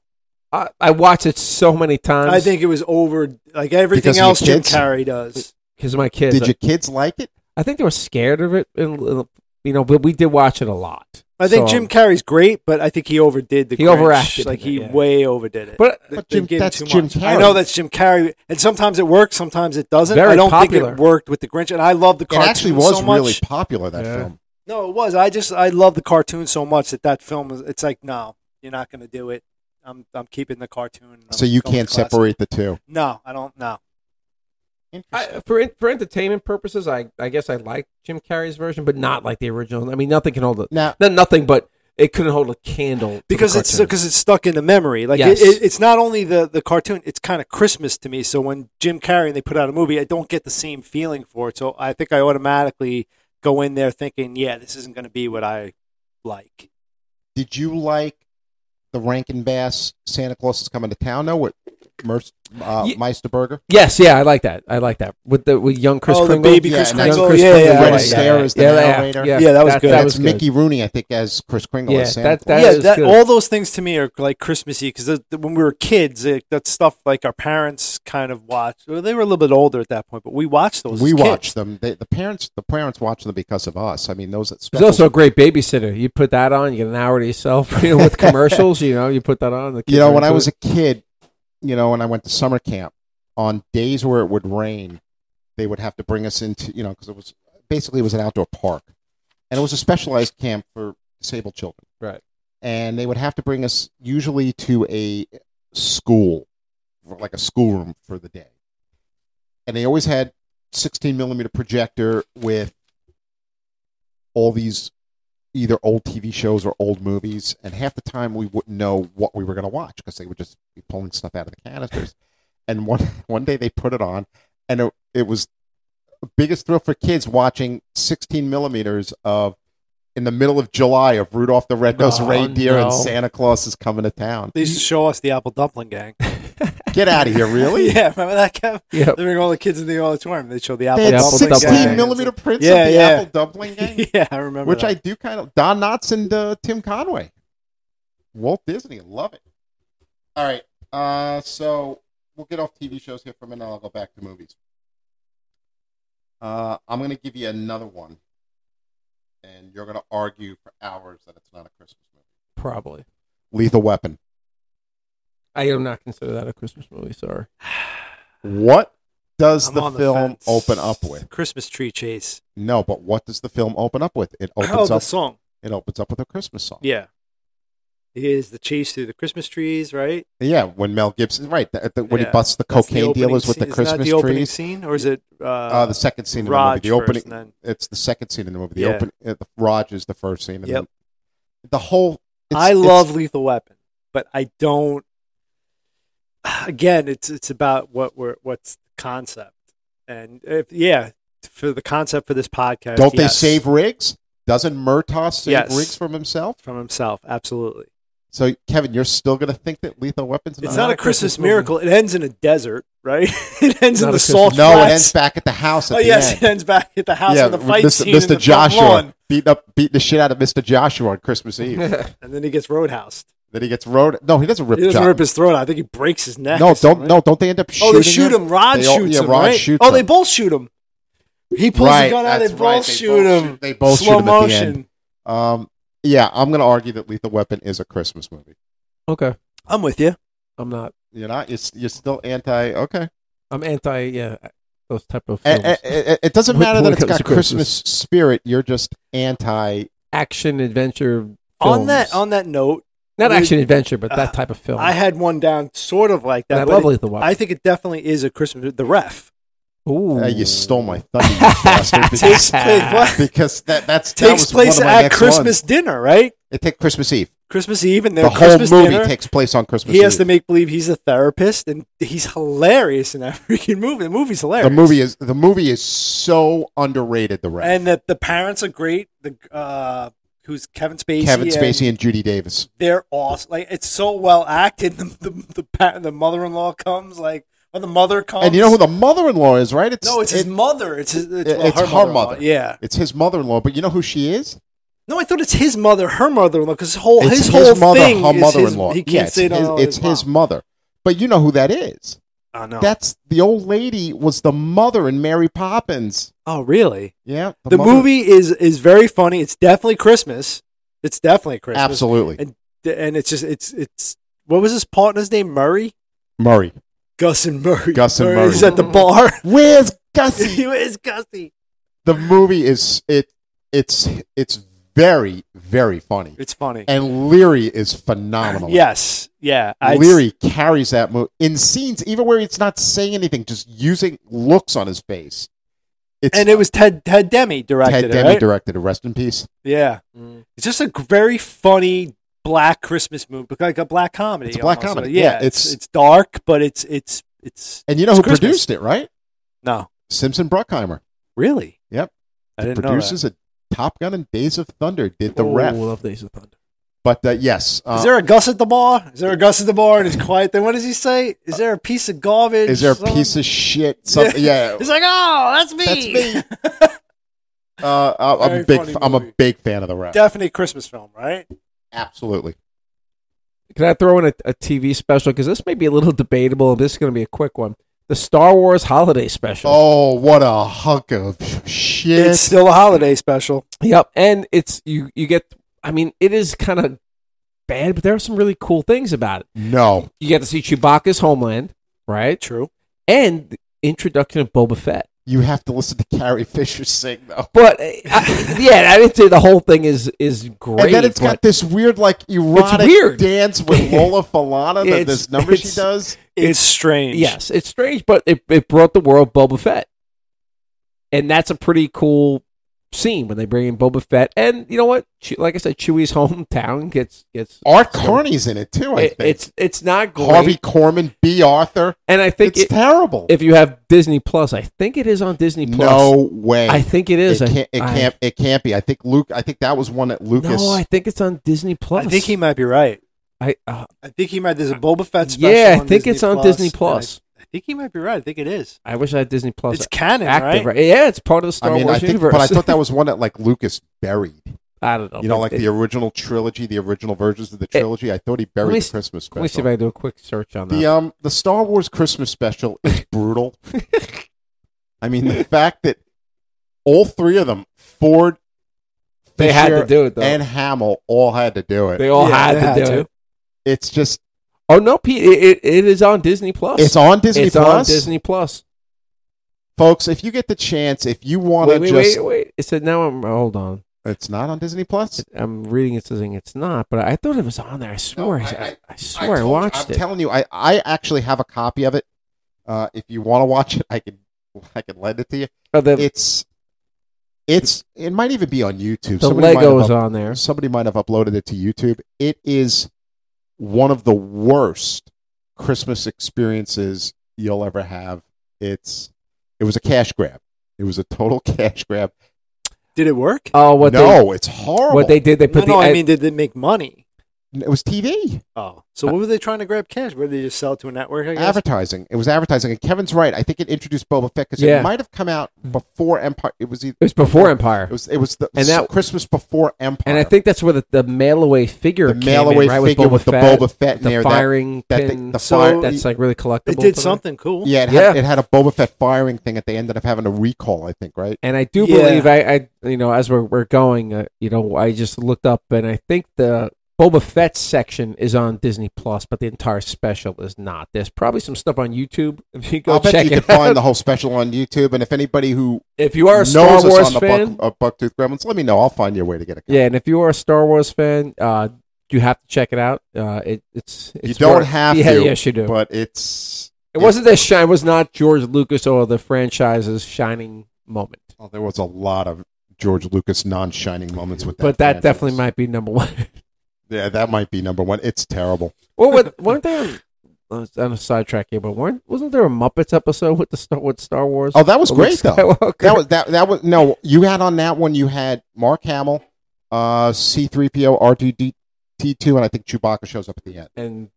Speaker 1: I, I watched it so many times.
Speaker 3: I think it was over. Like
Speaker 2: Because
Speaker 3: everything
Speaker 2: of your
Speaker 3: else, Jim
Speaker 2: kids?
Speaker 3: Carrey does.
Speaker 1: because my kids.
Speaker 2: Did your kids like it?
Speaker 1: I think they were scared of it, and you know, but we did watch it a lot.
Speaker 3: I
Speaker 1: So,
Speaker 3: think
Speaker 1: um,
Speaker 3: Jim Carrey's great, but I think he overdid the.
Speaker 1: He
Speaker 3: Grinch.
Speaker 1: overacted
Speaker 3: Like
Speaker 1: it,
Speaker 3: he
Speaker 1: yeah.
Speaker 3: way overdid it.
Speaker 1: But
Speaker 3: They-
Speaker 2: But
Speaker 3: they
Speaker 2: Jim-
Speaker 3: gave him
Speaker 2: that's
Speaker 3: too
Speaker 2: Jim
Speaker 3: much.
Speaker 2: Carrey.
Speaker 3: I know that's Jim Carrey, and sometimes it works, sometimes it doesn't.
Speaker 1: Very
Speaker 3: I don't
Speaker 1: popular.
Speaker 3: think it worked with the Grinch, and I love the
Speaker 2: It
Speaker 3: cartoon
Speaker 2: actually was
Speaker 3: so much.
Speaker 2: really popular that
Speaker 1: Yeah.
Speaker 2: film.
Speaker 3: No, it was. I just I love the cartoon so much that that film is. It's like no, you're not going to do it. I'm I'm keeping the cartoon. I'm
Speaker 2: So you
Speaker 3: going
Speaker 2: can't
Speaker 3: classic.
Speaker 2: separate the two.
Speaker 3: No, I don't. No,
Speaker 1: I, for en- for entertainment purposes, I I guess I like Jim Carrey's version, but not like the original. I mean, nothing can hold it.
Speaker 2: Now,
Speaker 1: Not nothing, but it couldn't hold a candle to the
Speaker 3: because it's
Speaker 1: cartoon.
Speaker 3: because it's stuck in the memory. Like
Speaker 1: Yes.
Speaker 3: it, it, it's not only the the cartoon. It's kind of Christmas to me. So when Jim Carrey and they put out a movie, I don't get the same feeling for it. So I think I automatically go in there thinking, yeah, this isn't going to be what I like.
Speaker 2: did you like the Rankin Bass Santa Claus is Coming to Town? No, with Merc- uh,
Speaker 1: Ye-
Speaker 2: Meisterberger.
Speaker 1: Yes, yeah, I like that. I like that with the with young Chris
Speaker 3: oh,
Speaker 1: Kringle.
Speaker 3: the baby
Speaker 2: Yeah,
Speaker 3: Chris
Speaker 2: and that's
Speaker 3: Kringle.
Speaker 2: Chris
Speaker 3: yeah,
Speaker 2: Kringle
Speaker 3: yeah,
Speaker 2: when
Speaker 3: yeah,
Speaker 2: he's
Speaker 3: yeah.
Speaker 2: there. Sarah is the narrator.
Speaker 3: Yeah, that was
Speaker 1: That
Speaker 3: good. That
Speaker 1: was
Speaker 2: That's
Speaker 1: good.
Speaker 2: Mickey Rooney, I think, as Chris Kringle.
Speaker 1: Yeah,
Speaker 2: as Santa
Speaker 1: that-
Speaker 2: Claus.
Speaker 1: that
Speaker 3: yeah,
Speaker 1: is
Speaker 3: that,
Speaker 1: good.
Speaker 3: all those things to me are like Christmassy because when we were kids, like, that's stuff like our parents kind of watched. Well, they were a little bit older at that point, but we watched those.
Speaker 2: we
Speaker 3: as kids.
Speaker 2: watch them. They, the parents, the parents watch them because of us. I mean, those.
Speaker 1: There's also a great babysitter. You put that on, you get an hour to yourself [LAUGHS] you know, with commercials. You know, you put that on. The
Speaker 2: you know, when I was a kid, you know, when I went to summer camp, on days where it would rain, they would have to bring us into, you know, because it was basically it was an outdoor park, and it was a specialized camp for disabled children.
Speaker 1: Right.
Speaker 2: And they would have to bring us usually to a school, or like a schoolroom for the day, and they always had 16 millimeter projector with all these either old TV shows or old movies, and half the time we wouldn't know what we were going to watch because they would just be pulling stuff out of the canisters. [LAUGHS] and one one day they put it on, and it, it was the biggest thrill for kids watching 16 millimeters of in the middle of July of Rudolph the Red-Nosed
Speaker 1: Oh,
Speaker 2: Reindeer
Speaker 1: no.
Speaker 2: and Santa Claus is coming to town.
Speaker 3: They used to show us the Apple Dumpling Gang. [LAUGHS]
Speaker 2: Get out of here, really?
Speaker 3: yeah, remember that? Kev?
Speaker 1: yeah,
Speaker 3: They bring all the kids in the auditorium. They showed the Apple
Speaker 2: They had
Speaker 1: Apple
Speaker 3: Dumpling
Speaker 1: Dumpling
Speaker 2: 16
Speaker 1: Gang.
Speaker 3: [LAUGHS]
Speaker 2: millimeter prints
Speaker 3: Yeah,
Speaker 2: of the
Speaker 3: yeah.
Speaker 2: Apple
Speaker 3: [LAUGHS]
Speaker 2: Dumpling Gang.
Speaker 3: yeah, I remember.
Speaker 2: which
Speaker 3: that.
Speaker 2: I do kind of. Don Knotts and uh, Tim Conway, Walt Disney, love it. All right, uh, so we'll get off TV shows here for a minute. and I'll go back to movies. Uh, I'm going to give you another one, and you're going to argue for hours that it's not a Christmas movie.
Speaker 1: probably.
Speaker 2: Lethal Weapon.
Speaker 1: I do not consider that a Christmas movie. Sorry. [LAUGHS]
Speaker 2: What does
Speaker 3: I'm
Speaker 2: the
Speaker 3: on
Speaker 2: film
Speaker 3: fence.
Speaker 2: open up with?
Speaker 3: Christmas tree chase.
Speaker 2: No, but what does the film open up with? It opens
Speaker 3: oh, the
Speaker 2: up.
Speaker 3: song.
Speaker 2: It opens up with a Christmas song.
Speaker 3: Yeah, it is the chase through the Christmas trees, right?
Speaker 2: Yeah, when Mel Gibson, right, the, the, when he
Speaker 3: Yeah.
Speaker 2: busts the
Speaker 3: That's
Speaker 2: cocaine
Speaker 3: opening
Speaker 2: dealers with the
Speaker 3: scene. Isn't that
Speaker 2: Christmas
Speaker 3: the opening
Speaker 2: trees.
Speaker 3: scene, or is it? Uh,
Speaker 2: Uh, the second scene
Speaker 3: Raj
Speaker 2: of the movie, the
Speaker 3: first,
Speaker 2: opening.
Speaker 3: and
Speaker 2: It's the second scene in the movie. The
Speaker 3: Yeah.
Speaker 2: open, uh, the, Raj is the first scene. And
Speaker 3: Yep.
Speaker 2: then the whole. it's-
Speaker 3: I
Speaker 2: it's-
Speaker 3: love Lethal Weapon, but I don't. Again, it's it's about what we're what's the concept, and if, yeah, for the concept for this podcast,
Speaker 2: Don't
Speaker 3: yes.
Speaker 2: they save Riggs? Doesn't Murtaugh save
Speaker 3: Yes.
Speaker 2: Riggs from himself?
Speaker 3: from himself? Absolutely,
Speaker 2: So Kevin, you're still going to think that Lethal Weapon's
Speaker 3: it's not,
Speaker 1: not
Speaker 3: a
Speaker 1: a Christmas
Speaker 3: Christmas miracle. It ends in a desert, right? [LAUGHS] it ends
Speaker 1: Not
Speaker 3: in
Speaker 1: a Christmas
Speaker 3: the salt.
Speaker 2: no, it
Speaker 3: flats.
Speaker 2: ends back at the house. At
Speaker 3: Oh
Speaker 2: the
Speaker 3: yes,
Speaker 2: end.
Speaker 3: it ends back at the [LAUGHS] house
Speaker 2: yeah,
Speaker 3: with the fight
Speaker 2: Mr.
Speaker 3: scene in the front
Speaker 2: Joshua
Speaker 3: lawn,
Speaker 2: beating up beating the shit out of Mr. Joshua on Christmas
Speaker 3: [LAUGHS]
Speaker 2: Eve.
Speaker 1: That's
Speaker 3: and then he gets roadhoused.
Speaker 2: then he gets road. No, he doesn't rip.
Speaker 3: He doesn't
Speaker 2: Josh-
Speaker 3: rip his throat out. I think he breaks his neck.
Speaker 2: no,
Speaker 3: or
Speaker 2: don't.
Speaker 3: something,
Speaker 2: No,
Speaker 3: right?
Speaker 2: don't they end up shooting?
Speaker 3: Oh, they shoot him. Rod
Speaker 2: They all-
Speaker 3: shoots
Speaker 2: yeah,
Speaker 3: him.
Speaker 2: Rod
Speaker 3: right?
Speaker 2: shoots
Speaker 3: oh, they
Speaker 2: him.
Speaker 3: both shoot him. He pulls his gun out.
Speaker 2: that's
Speaker 3: They
Speaker 2: right.
Speaker 3: both shoot him.
Speaker 2: They both
Speaker 3: Slow
Speaker 2: shoot him at the
Speaker 3: motion.
Speaker 2: end. Um, yeah, I'm going to argue that Lethal Weapon is a Christmas movie.
Speaker 1: okay.
Speaker 3: I'm with you.
Speaker 1: I'm not.
Speaker 2: You're not. You're, s- you're still anti. Okay.
Speaker 1: I'm anti. Yeah, those type of
Speaker 2: A-
Speaker 3: Eh,
Speaker 1: films.
Speaker 2: a- a- eh, it doesn't
Speaker 1: When-
Speaker 2: matter that
Speaker 1: when it
Speaker 2: it's
Speaker 1: comes
Speaker 2: got
Speaker 1: to
Speaker 2: Christmas
Speaker 1: Christmas.
Speaker 2: spirit. You're just anti. eh,
Speaker 1: action adventure. Films.
Speaker 3: On that on that note,
Speaker 1: not
Speaker 3: we-
Speaker 1: action adventure, but
Speaker 3: uh,
Speaker 1: that type of film.
Speaker 3: I had one down sort of like
Speaker 1: And
Speaker 3: that.
Speaker 1: I
Speaker 3: but
Speaker 1: love
Speaker 3: it-
Speaker 1: Lethal Weapon.
Speaker 3: I think it definitely is a Christmas. The ref
Speaker 1: Ooh.
Speaker 2: Uh, you stole my thunder,
Speaker 3: [LAUGHS]
Speaker 2: you bastard. Because,
Speaker 3: takes place, what?
Speaker 2: [LAUGHS] because that that's that
Speaker 3: takes
Speaker 2: was one
Speaker 3: place
Speaker 2: of my
Speaker 3: at
Speaker 2: next
Speaker 3: Christmas dinner, right?
Speaker 2: ones. It takes Christmas Eve.
Speaker 3: Christmas Eve and
Speaker 2: The
Speaker 3: their
Speaker 2: whole
Speaker 3: Christmas
Speaker 2: movie
Speaker 3: dinner.
Speaker 2: takes place on Christmas.
Speaker 3: he has to
Speaker 2: Eve.
Speaker 3: make believe he's a therapist, and he's hilarious in that [LAUGHS] freaking movie. The movie's hilarious.
Speaker 2: the movie is the movie is so underrated. The ref.
Speaker 3: and that the parents are great. The uh, who's Kevin Spacey?
Speaker 2: Kevin
Speaker 3: and
Speaker 2: Spacey and Judy Davis.
Speaker 3: They're awesome. Like it's so well acted. [LAUGHS] The the the, pa- the mother-in-law comes like, or the mother comes.
Speaker 2: And you know who the mother-in-law is, right? It's
Speaker 3: No, it's his
Speaker 2: it-
Speaker 3: mother. It's his, it's,
Speaker 2: it-
Speaker 3: well,
Speaker 2: it's
Speaker 3: her,
Speaker 2: her
Speaker 3: mother-in-law.
Speaker 2: mother.
Speaker 3: Yeah.
Speaker 2: it's his mother-in-law. But you know who she is?
Speaker 3: No, I thought it's his mother, her mother-in-law, because whole
Speaker 2: It's
Speaker 3: his, whole thing
Speaker 2: her
Speaker 3: is
Speaker 2: mother-in-law.
Speaker 3: His, he can't
Speaker 2: Yeah, it's
Speaker 3: say
Speaker 2: his,
Speaker 3: no.
Speaker 2: it's his mother. But you know who that is?
Speaker 3: Oh no.
Speaker 2: That's the old lady was the mother in Mary Poppins.
Speaker 3: oh really?
Speaker 2: Yeah,
Speaker 3: The,
Speaker 2: mother-
Speaker 3: movie is is very funny. It's definitely Christmas. It's definitely Christmas.
Speaker 2: absolutely
Speaker 3: And- And it's just it's it's what was his partner's name? Murray.
Speaker 2: Murray.
Speaker 3: Gus and Murray.
Speaker 2: Gus and
Speaker 3: Or
Speaker 2: Murray.
Speaker 3: He's at
Speaker 2: [LAUGHS]
Speaker 3: the bar. [LAUGHS]
Speaker 2: Where's Gussie?
Speaker 3: he is Gussie.
Speaker 2: the movie is it it's it's very very funny,
Speaker 3: It's funny.
Speaker 2: and Leary is phenomenal.
Speaker 3: Yes. Yeah. I-
Speaker 2: Leary carries that movie in scenes even where it's not saying anything, just using looks on his face. It's
Speaker 3: And it was Ted Ted Demi directed
Speaker 2: Ted
Speaker 3: it,
Speaker 2: Demi
Speaker 3: right?
Speaker 2: directed it. Rest in peace.
Speaker 3: yeah.
Speaker 1: Mm.
Speaker 3: It's just a g- very funny black Christmas movie, like a black comedy.
Speaker 2: It's a black
Speaker 3: almost.
Speaker 2: comedy.
Speaker 3: Yeah,
Speaker 2: Yeah,
Speaker 3: it's,
Speaker 2: it's-
Speaker 3: it's dark, but it's it's it's
Speaker 2: And you know
Speaker 3: It's
Speaker 2: who
Speaker 3: Christmas.
Speaker 2: produced it, right?
Speaker 3: no
Speaker 2: Simpson Bruckheimer.
Speaker 3: really.
Speaker 2: Yep.
Speaker 3: I didn't know that.
Speaker 2: produces a Top Gun and Days of Thunder did the
Speaker 1: oh,
Speaker 2: ref.
Speaker 1: Love Days of Thunder.
Speaker 2: But uh, yes, uh,
Speaker 3: Is there a Gus at the bar? Is there a Gus at the bar and he's quiet? Then what does he say? Is there a piece of garbage?
Speaker 2: is there a
Speaker 3: Something-
Speaker 2: piece of
Speaker 1: [LAUGHS]
Speaker 2: shit? Something? Yeah,
Speaker 3: He's like, oh, that's me.
Speaker 2: that's me. uh, I- I'm
Speaker 3: Very
Speaker 2: a big.
Speaker 3: funny
Speaker 2: f- I'm a
Speaker 3: movie.
Speaker 2: big fan of the rap.
Speaker 3: [LAUGHS] Definitely a Christmas film, right?
Speaker 2: Absolutely.
Speaker 1: Can I throw in a, a TV special? Because this may be a little debatable. This is going to be a quick one. The Star Wars Holiday Special.
Speaker 2: Oh, what a hunk of shit!
Speaker 3: It's still a holiday special.
Speaker 1: Yep, and it's you. You get. I mean, it is kind of bad, but there are some really cool things about it.
Speaker 2: no,
Speaker 1: You get to see Chewbacca's homeland, right?
Speaker 3: True.
Speaker 1: And the introduction of Boba Fett.
Speaker 2: you have to listen to Carrie Fisher sing though.
Speaker 1: But uh, I, [LAUGHS] yeah, I didn't say the whole thing is is great.
Speaker 2: and then it's got
Speaker 1: but
Speaker 2: this weird, like erotic
Speaker 1: weird. [LAUGHS]
Speaker 2: dance with Lola Falana.
Speaker 1: It's-
Speaker 2: that this number she
Speaker 1: it's-
Speaker 2: does.
Speaker 3: It's, strange.
Speaker 1: yes, it's strange, but it it brought the world Boba Fett, and that's a pretty cool scene when they bring in Boba Fett. And you know what? Che- Like I said, Chewie's [LAUGHS] hometown gets gets.
Speaker 2: Art Carney's in it too. I
Speaker 1: It,
Speaker 2: think
Speaker 1: it's it's not great,
Speaker 2: Harvey Corman, B. Arthur.
Speaker 1: and I think
Speaker 2: It's
Speaker 1: it,
Speaker 2: terrible.
Speaker 1: if you have Disney Plus, I think it is on Disney Plus.
Speaker 2: no way.
Speaker 1: I think it is.
Speaker 2: It
Speaker 1: I-
Speaker 2: can't. It
Speaker 1: I-
Speaker 2: can't. It can't be. I think Luke. I think that was one that Lucas.
Speaker 1: No, I think it's on Disney Plus.
Speaker 3: I think he might be right.
Speaker 1: I, uh,
Speaker 3: I think he might. There's a Boba Fett special.
Speaker 1: yeah, I
Speaker 3: on
Speaker 1: think
Speaker 3: Disney
Speaker 1: it's on
Speaker 3: Plus,
Speaker 1: Disney
Speaker 3: and I-
Speaker 1: Plus.
Speaker 3: I, think he might be right. I think it is.
Speaker 1: I wish I had Disney Plus.
Speaker 3: It's canon,
Speaker 1: active,
Speaker 3: right?
Speaker 1: right? Yeah, it's part of the Star
Speaker 2: I mean,
Speaker 1: Wars
Speaker 2: I think,
Speaker 1: universe.
Speaker 2: but I thought that was one that like Lucas buried.
Speaker 1: [LAUGHS] I don't know.
Speaker 2: You know,
Speaker 1: but
Speaker 2: like
Speaker 1: it-
Speaker 2: the original trilogy, the original versions of the trilogy. I thought he
Speaker 1: Let me
Speaker 2: buried
Speaker 1: s-
Speaker 2: the Christmas special.
Speaker 1: Let me see if I can do a quick search on that.
Speaker 2: The um the Star Wars Christmas special
Speaker 1: [LAUGHS]
Speaker 2: is brutal. I mean the fact that all three of them, Ford,
Speaker 1: they had to
Speaker 2: Fisher,
Speaker 1: do it though.
Speaker 2: and Hamill, all had to do it.
Speaker 1: they all
Speaker 3: Yeah,
Speaker 1: had
Speaker 3: they
Speaker 1: to
Speaker 3: had
Speaker 1: do
Speaker 3: to.
Speaker 1: it.
Speaker 2: it's just
Speaker 1: Oh no, Pete! It, it, it is on Disney Plus.
Speaker 2: it's on Disney
Speaker 1: It's
Speaker 2: Plus,
Speaker 1: Disney Plus.
Speaker 2: folks. If you get the chance, if you want
Speaker 1: Wait,
Speaker 2: to
Speaker 1: wait,
Speaker 2: just,
Speaker 1: wait, wait! It said now. I'm hold on.
Speaker 2: it's not on Disney Plus.
Speaker 1: It- I'm reading it saying it's not, but I thought it was on there. I swear,
Speaker 2: I-
Speaker 1: I, I,
Speaker 2: I-
Speaker 1: swear, I,
Speaker 2: told you-
Speaker 1: watched
Speaker 2: I'm
Speaker 1: it.
Speaker 2: telling you, I, I actually have a copy of it. Uh, if you want to watch it, I can [LAUGHS] I can lend it to you.
Speaker 1: Oh, the
Speaker 2: It's it's it might even be on YouTube.
Speaker 1: the
Speaker 2: Somebody might have
Speaker 1: Lego
Speaker 2: up-
Speaker 1: is on
Speaker 2: [LAUGHS]
Speaker 1: there.
Speaker 2: somebody might have uploaded it to YouTube. It is one of the worst Christmas experiences you'll ever have. It's it was a cash grab. It was a total [LAUGHS] cash grab.
Speaker 3: Did it work?
Speaker 1: Oh, what they
Speaker 2: no, it's horrible.
Speaker 1: What they did, they
Speaker 3: no,
Speaker 1: put
Speaker 3: no.
Speaker 1: the
Speaker 3: I mean, did they make money?
Speaker 2: it was TV
Speaker 3: Oh,
Speaker 1: Uh,
Speaker 3: so what were they trying to grab cash? Were they just sell it to a network? I guess.
Speaker 2: advertising. It was advertising, and Kevin's right. I think it introduced Boba Fett because
Speaker 1: Yeah.
Speaker 2: it might have come out before Empire. It was either,
Speaker 1: It was before Empire.
Speaker 2: it was it was the
Speaker 1: And that-
Speaker 2: Christmas before Empire.
Speaker 1: and I think that's where the, the mail away figure
Speaker 2: the
Speaker 1: came
Speaker 2: mail away
Speaker 1: in, right?
Speaker 2: figure with, the
Speaker 1: Fett,
Speaker 2: Boba Fett in
Speaker 1: the
Speaker 2: there. that-
Speaker 1: firing
Speaker 2: that thing-
Speaker 1: pin.
Speaker 2: the
Speaker 3: So
Speaker 2: fire,
Speaker 1: that's like really collectible.
Speaker 3: They
Speaker 1: to me.
Speaker 3: did something cool.
Speaker 2: Yeah, it had,
Speaker 1: Yeah.
Speaker 2: it had a Boba Fett firing thing at the end that ended up having a recall, I think, right?
Speaker 1: And I do
Speaker 3: Yeah.
Speaker 1: believe I, I, you know, as we're we're going, uh, you know, I just looked up and I think the Boba Fett section is on Disney Plus, but the entire special is not. There's probably some stuff on YouTube if you go
Speaker 2: I'll bet
Speaker 1: check
Speaker 2: you
Speaker 1: it
Speaker 2: can
Speaker 1: out.
Speaker 2: find the whole special on YouTube. And if anybody who
Speaker 1: [LAUGHS] if you are a
Speaker 2: knows
Speaker 1: Star
Speaker 2: us
Speaker 1: Wars
Speaker 2: on the
Speaker 1: fan,
Speaker 2: Buck, uh, Bucktooth Gremlins, let me know. I'll find you a way to get it.
Speaker 1: yeah, and if you are a Star Wars fan, uh, you have to check it out. Uh, it, it's, it's
Speaker 2: you don't
Speaker 1: worth-
Speaker 2: have
Speaker 1: yeah,
Speaker 2: to.
Speaker 1: yes, you do.
Speaker 2: But it's
Speaker 1: It wasn't that shine. It was not George Lucas or the franchise's shining moment.
Speaker 2: oh, there was a lot of George Lucas non-shining moments with that.
Speaker 1: but that
Speaker 2: franchise.
Speaker 1: definitely might be number one.
Speaker 2: Yeah, that might be number one. It's terrible.
Speaker 1: well, what, weren't there? uh, I'm on a sidetrack here, but weren't wasn't there a Muppets episode with the Star with Star Wars?
Speaker 2: Oh, that was
Speaker 1: With
Speaker 2: great though.
Speaker 1: Skywalker?
Speaker 2: That was that that was no. You had on that one. You had Mark Hamill, uh, C three PO, R two D T two, and I think Chewbacca shows up at the end.
Speaker 1: [LAUGHS] and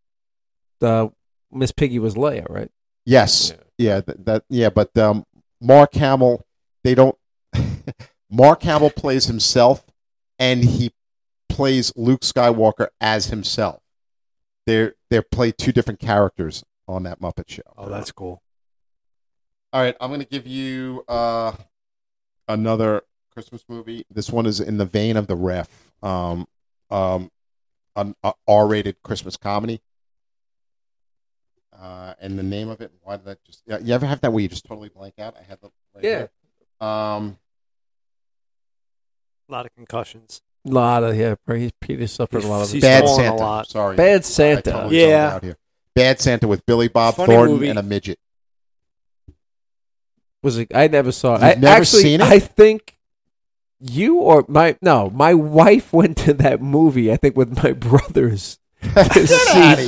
Speaker 1: uh, Miss Piggy was Leia, right?
Speaker 2: Yes. Yeah, that, that yeah, but um, Mark Hamill, they don't. [LAUGHS] Mark Hamill plays himself, and he plays Luke Skywalker as himself. They're they play two different characters on that Muppet Show.
Speaker 3: Oh, that's cool.
Speaker 2: All right, I'm gonna give you uh, another Christmas movie. This one is in the vein of the ref, um, um, an a R-rated Christmas comedy. Uh, and the name of it. Why did that just? Yeah, you ever have that where you just totally blank out? I had the right
Speaker 1: Yeah.
Speaker 2: here. Um,
Speaker 3: A lot of concussions.
Speaker 1: A lot of yeah, Peter- Peter suffered a lot of
Speaker 3: He's
Speaker 2: Bad
Speaker 3: stolen a
Speaker 2: Santa.
Speaker 3: lot.
Speaker 2: Sorry,
Speaker 1: bad
Speaker 2: I
Speaker 1: Santa.
Speaker 2: totally zoned
Speaker 3: Yeah.
Speaker 2: out here. Bad Santa with Billy Bob
Speaker 3: Funny
Speaker 2: Thornton
Speaker 3: movie.
Speaker 2: and
Speaker 1: [LAUGHS]
Speaker 2: a midget.
Speaker 1: was it, I never saw it.
Speaker 2: You've
Speaker 1: I
Speaker 2: never
Speaker 1: actually,
Speaker 2: seen it?
Speaker 1: I think you or my no, my wife went to that movie. I think with my [LAUGHS] brothers to
Speaker 2: Get
Speaker 1: see
Speaker 2: outta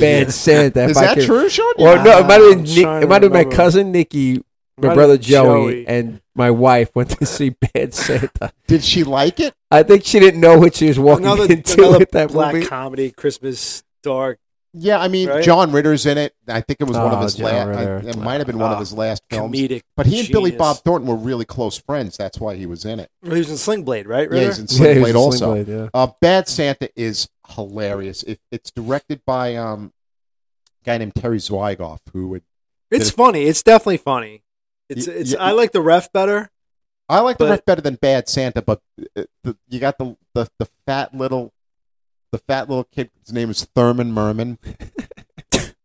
Speaker 1: Bad
Speaker 2: here.
Speaker 1: Santa.
Speaker 2: Is
Speaker 1: if I
Speaker 2: that
Speaker 1: can-
Speaker 2: true, Sean? Uh,
Speaker 1: Or no, it might have been
Speaker 3: I'm
Speaker 1: Nick,
Speaker 3: trying to
Speaker 1: it might have been my
Speaker 3: remember.
Speaker 1: cousin Nikki my brother Joey, and my wife went to [LAUGHS] see Bad Santa.
Speaker 2: Did she like it?
Speaker 1: I think she didn't know what she was walking
Speaker 3: another,
Speaker 1: into
Speaker 3: [LAUGHS] another
Speaker 1: with that
Speaker 3: black
Speaker 1: movie.
Speaker 3: comedy, Christmas dark.
Speaker 2: Yeah, I mean,
Speaker 3: Right?
Speaker 2: John Ritter's in it. I think it was one of
Speaker 1: Oh,
Speaker 2: his
Speaker 1: John
Speaker 2: last.
Speaker 1: Ritter.
Speaker 2: It might have been one of
Speaker 3: Ah,
Speaker 2: his last films.
Speaker 3: comedic.
Speaker 2: But he and Billy
Speaker 3: genius.
Speaker 2: Bob Thornton were really close friends. That's why he was in it.
Speaker 3: Well, He was in Sling Blade, right?
Speaker 2: Yeah,
Speaker 1: [LAUGHS]
Speaker 3: Ritter?
Speaker 2: he's in Sling
Speaker 1: he was
Speaker 2: Blade
Speaker 1: in
Speaker 2: also.
Speaker 1: Blade, yeah.
Speaker 2: Uh, Bad Santa is hilarious. It, it's directed by um, a guy named Terry Zwigoff, who would
Speaker 3: It's funny. It's definitely funny. It's
Speaker 2: Y-
Speaker 3: it's.
Speaker 2: y-
Speaker 3: I like the ref better.
Speaker 2: I like the
Speaker 3: But-
Speaker 2: riff better than Bad Santa, but uh, the, you got the, the the fat little the fat little kid. His name is Thurman
Speaker 1: [LAUGHS]
Speaker 2: Merman,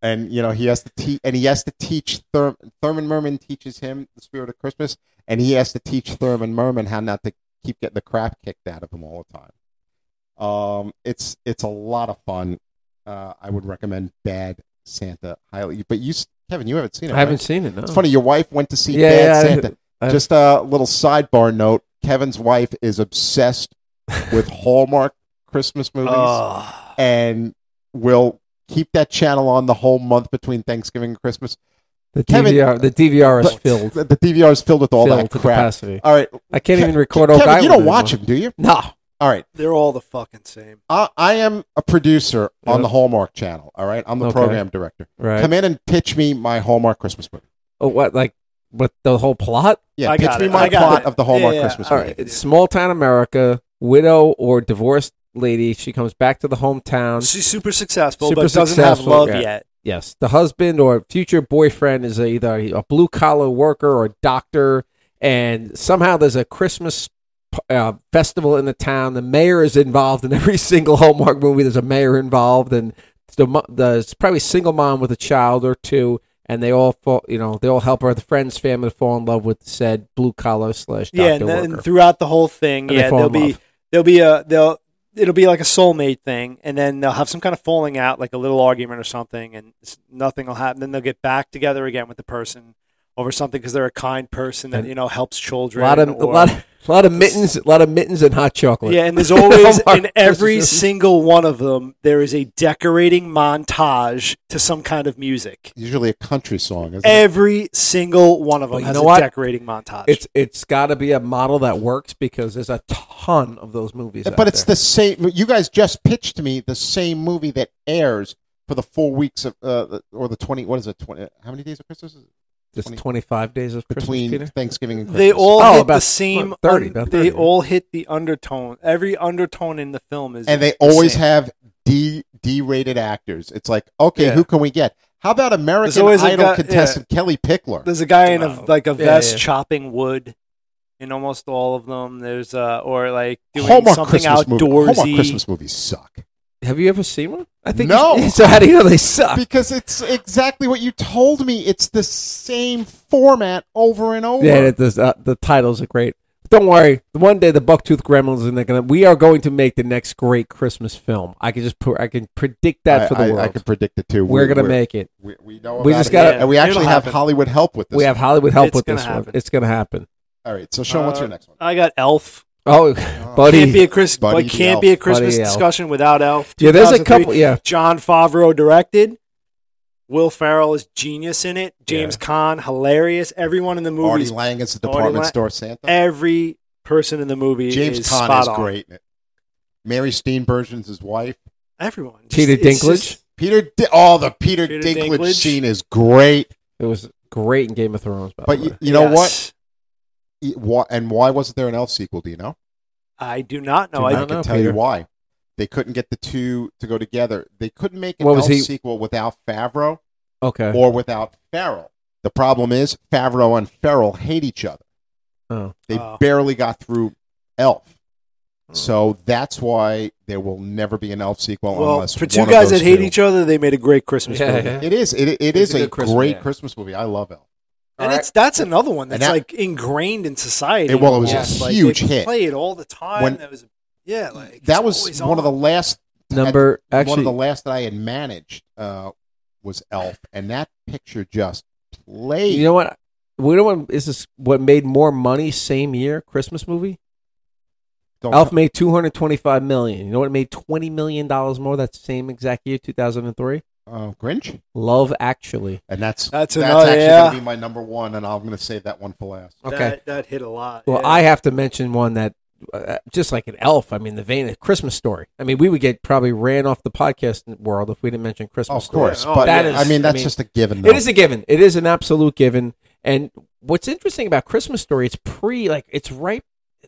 Speaker 2: and you know he has to teach and he has to teach Thur- Thurman Merman teaches him the spirit of Christmas, and he has to teach Thurman Merman how not to keep getting the crap kicked out of him all the time. Um, it's it's a lot of fun. Uh, I would recommend Bad Santa highly, but you s- Kevin, you haven't seen it.
Speaker 1: I haven't
Speaker 2: right?
Speaker 1: seen it. No.
Speaker 2: It's funny. Your wife went to see
Speaker 1: Oh. Yeah,
Speaker 2: Bad
Speaker 1: yeah, I-
Speaker 2: Santa.
Speaker 1: I-
Speaker 2: Just a little sidebar note: Kevin's wife is obsessed
Speaker 1: [LAUGHS]
Speaker 2: with Hallmark Christmas movies,
Speaker 3: Oh,
Speaker 2: and will keep that channel on the whole month between Thanksgiving and Christmas.
Speaker 1: The
Speaker 2: Kevin-
Speaker 1: DVR, the DVR is
Speaker 2: But-
Speaker 1: filled,
Speaker 2: The, the DVR is filled with all
Speaker 1: filled
Speaker 2: that
Speaker 1: to
Speaker 2: crap.
Speaker 1: capacity.
Speaker 2: All right,
Speaker 1: I can't
Speaker 2: Ke-
Speaker 1: even record Oak
Speaker 2: Kevin, you don't
Speaker 1: Island
Speaker 2: watch
Speaker 1: anymore.
Speaker 2: him, do you?
Speaker 1: No,
Speaker 2: All right,
Speaker 3: they're all the fucking same.
Speaker 2: I, I am a producer on
Speaker 1: Yeah.
Speaker 2: the Hallmark Channel. All right, I'm the
Speaker 1: Okay.
Speaker 2: program director.
Speaker 1: right?
Speaker 2: Come in and pitch me my Hallmark Christmas movie.
Speaker 1: oh, what like, but the whole plot?
Speaker 2: Yeah,
Speaker 3: I
Speaker 2: pitch
Speaker 3: got
Speaker 2: me
Speaker 3: it.
Speaker 2: my
Speaker 3: I got
Speaker 2: plot
Speaker 3: it.
Speaker 2: of the Hallmark
Speaker 3: Yeah, yeah,
Speaker 2: Christmas
Speaker 1: All
Speaker 2: movie.
Speaker 3: Sorry.
Speaker 1: right, it's small town America. Widow or divorced lady. She comes back to the hometown.
Speaker 3: She's super successful,
Speaker 1: Super
Speaker 3: but doesn't
Speaker 1: successful,
Speaker 3: have love
Speaker 1: yeah.
Speaker 3: yet.
Speaker 1: Yes, the husband or future boyfriend is either a blue collar worker or doctor, and somehow there's a Christmas uh, festival in the town. The mayor is involved in every [LAUGHS] single Hallmark movie. There's a mayor involved, and the mo- the it's probably a single mom with a child or two, and they all fall. You know, they all help her. The friends, family fall in love with said blue collar slash doctor
Speaker 3: yeah, and, then,
Speaker 1: worker.
Speaker 3: throughout the whole thing,
Speaker 1: And they
Speaker 3: yeah,
Speaker 1: fall
Speaker 3: there'll
Speaker 1: in
Speaker 3: be
Speaker 1: love.
Speaker 3: there'll be a they'll it'll be like a soulmate thing, and then they'll have some kind of falling out, like a little argument or something, and s- nothing will happen. Then they'll get back together again with the person over something because they're a kind person that
Speaker 1: And-
Speaker 3: you know helps
Speaker 1: a
Speaker 3: children.
Speaker 1: lot of a
Speaker 3: or-
Speaker 1: lot of, a lot of mittens, a lot of mittens and hot chocolate.
Speaker 3: [LAUGHS]
Speaker 1: [LAUGHS]
Speaker 3: Yeah, and there's always
Speaker 1: Hallmark
Speaker 3: in every
Speaker 1: Christmas.
Speaker 3: single one of them there is a decorating montage to some kind of music.
Speaker 2: Usually a country song. Isn't it?
Speaker 3: Every single one of
Speaker 1: But
Speaker 3: them
Speaker 1: you
Speaker 3: has
Speaker 1: know
Speaker 3: a
Speaker 1: what?
Speaker 3: decorating montage.
Speaker 1: It's it's got to be a model that works because there's a ton of those movies.
Speaker 2: but it's the same. You guys just pitched me the same movie that airs for the four weeks of uh, the- or the twenty. What is it? Twenty? How many days of Christmas is it?
Speaker 1: the just
Speaker 2: 20
Speaker 1: 25 days of Christmas.
Speaker 2: between
Speaker 1: Peter?
Speaker 2: Thanksgiving and Christmas?
Speaker 3: They all
Speaker 1: Oh,
Speaker 3: hit
Speaker 1: about
Speaker 3: the same.
Speaker 1: what, 30,
Speaker 3: un-
Speaker 1: about
Speaker 3: they
Speaker 1: 30.
Speaker 3: all hit the undertone. Every undertone in the film is,
Speaker 2: and they
Speaker 3: the
Speaker 2: always
Speaker 3: same.
Speaker 2: have D D rated actors. It's like okay,
Speaker 3: Yeah.
Speaker 2: who can we get? How about American
Speaker 3: always a
Speaker 2: Idol
Speaker 3: guy-
Speaker 2: contestant Kelly Pickler?
Speaker 3: There's a guy in a
Speaker 1: Wow.
Speaker 3: like a
Speaker 1: Yeah,
Speaker 3: vest
Speaker 1: yeah.
Speaker 3: chopping wood. In almost all of them, there's uh, or like doing
Speaker 2: Hallmark
Speaker 3: something
Speaker 2: Christmas movie.
Speaker 3: outdoorsy.
Speaker 2: Hallmark Christmas movies suck
Speaker 1: Have you ever seen one? I think
Speaker 2: No.
Speaker 1: you- [LAUGHS] So how do you know they
Speaker 3: Ah.
Speaker 1: suck?
Speaker 2: because it's exactly what you told me. It's the same format over and over.
Speaker 1: Yeah, it does, uh, the titles are great. Don't worry. One day the Bucktooth Gremlins and they're gonna. We are going to make the next great Christmas film. I can just pr- I can predict that
Speaker 2: I,
Speaker 1: for the
Speaker 2: I,
Speaker 1: world.
Speaker 2: I can predict it too.
Speaker 1: we're, gonna make it.
Speaker 2: We, we know.
Speaker 1: We
Speaker 2: about
Speaker 1: just
Speaker 2: it.
Speaker 1: gotta-
Speaker 2: And we actually
Speaker 3: It'll
Speaker 2: have
Speaker 3: happen.
Speaker 2: Hollywood help with this.
Speaker 1: We have Hollywood help
Speaker 3: It's
Speaker 1: with
Speaker 3: gonna
Speaker 1: this
Speaker 3: happen.
Speaker 1: one. It's gonna happen.
Speaker 2: All right. So, Sean, what's your next one?
Speaker 3: I got Elf.
Speaker 1: Oh, [LAUGHS]
Speaker 3: Can't be
Speaker 1: buddy.
Speaker 3: a Chris,
Speaker 2: Buddy
Speaker 3: but
Speaker 2: the
Speaker 3: can't
Speaker 2: Elf.
Speaker 3: be a Christmas
Speaker 1: Buddy the Elf.
Speaker 3: discussion without Elf.
Speaker 1: Yeah, there's a
Speaker 3: 2003.
Speaker 1: couple. Yeah,
Speaker 3: John Favreau directed. Will Farrell is genius in it. James Caan hilarious. Everyone in the movie,
Speaker 2: Artie
Speaker 3: is-
Speaker 2: Lang is the
Speaker 3: Artie
Speaker 2: department
Speaker 3: Lang-
Speaker 2: store Santa.
Speaker 3: every person in the movie
Speaker 2: James
Speaker 3: is
Speaker 2: Caan
Speaker 3: spot
Speaker 2: is
Speaker 3: on.
Speaker 2: great. in it. Mary Steenburgen's his wife.
Speaker 3: Everyone. Just-
Speaker 1: Peter
Speaker 3: it's
Speaker 1: Dinklage.
Speaker 3: just-
Speaker 2: Peter, Di- oh, the Peter,
Speaker 3: Peter
Speaker 2: Dinklage,
Speaker 3: Dinklage.
Speaker 2: scene is great.
Speaker 1: it was great in Game of Thrones. By
Speaker 2: But
Speaker 1: the
Speaker 2: you,
Speaker 1: way.
Speaker 2: you know what? Y-
Speaker 3: Yes.
Speaker 2: why? And why wasn't there an Elf sequel? Do you know?
Speaker 3: I do not know.
Speaker 1: Do
Speaker 2: I,
Speaker 1: I
Speaker 3: I,
Speaker 1: not- don't
Speaker 2: can
Speaker 1: know,
Speaker 2: tell you
Speaker 1: Peter.
Speaker 2: why. They couldn't get the two to go together. They couldn't make an
Speaker 1: What was
Speaker 2: Elf
Speaker 1: he-
Speaker 2: sequel without Favreau
Speaker 1: Okay.
Speaker 2: or without Farrell. The problem is Favreau and Farrell hate each other.
Speaker 1: Oh.
Speaker 2: They
Speaker 3: Oh.
Speaker 2: barely got through Elf.
Speaker 1: Hmm.
Speaker 2: So that's why there will never be an Elf sequel
Speaker 3: well,
Speaker 2: unless
Speaker 3: for two
Speaker 2: one of
Speaker 3: guys
Speaker 2: those
Speaker 3: that hate
Speaker 2: two-
Speaker 3: each other, they made a great Christmas
Speaker 1: Yeah,
Speaker 3: movie.
Speaker 1: yeah.
Speaker 2: It is. It, it
Speaker 1: It's
Speaker 2: is
Speaker 1: a
Speaker 2: a,
Speaker 1: good Christmas-
Speaker 2: great
Speaker 1: yeah.
Speaker 2: Christmas movie. I love Elf.
Speaker 3: And it's that's another one that's
Speaker 2: And that-
Speaker 3: like ingrained in society.
Speaker 2: It- well, it was
Speaker 1: a
Speaker 3: almost. Like,
Speaker 2: huge
Speaker 3: they
Speaker 2: hit.
Speaker 3: Play it all the time.
Speaker 2: When-
Speaker 3: that was yeah, like
Speaker 2: that
Speaker 3: it's
Speaker 2: was
Speaker 3: always
Speaker 2: one of the
Speaker 3: on.
Speaker 2: last
Speaker 1: Number
Speaker 2: one
Speaker 1: actually
Speaker 2: of the last that I had managed uh, was Elf, and that picture just played.
Speaker 1: You know what? We know what is this? What made more money same year? Christmas movie.
Speaker 2: Don't
Speaker 1: Alf
Speaker 2: tell-
Speaker 1: made two hundred twenty-five million. You know what? It made twenty million dollars more that same exact year, two thousand and three.
Speaker 2: uh, Grinch,
Speaker 1: Love Actually.
Speaker 2: and that's
Speaker 3: That's
Speaker 2: that's,
Speaker 3: another-
Speaker 2: actually
Speaker 3: yeah.
Speaker 2: going to be my number one, and I'm going to save that one for last.
Speaker 1: Okay.
Speaker 3: That, that hit a lot.
Speaker 1: Well,
Speaker 3: yeah.
Speaker 1: I have to mention one that, uh, just like an elf, I mean, the vein of Christmas Story. I mean, we would get probably ran off the podcast world if we didn't mention
Speaker 2: Oh,
Speaker 1: Christmas
Speaker 2: of
Speaker 1: Story.
Speaker 2: course,
Speaker 3: Yeah, oh,
Speaker 2: but
Speaker 1: that is-
Speaker 2: I mean
Speaker 1: I
Speaker 2: that's
Speaker 1: mean,
Speaker 2: just a given. Though.
Speaker 1: It is a given. It is an absolute given. And what's interesting about Christmas Story, it's pre, like, it's right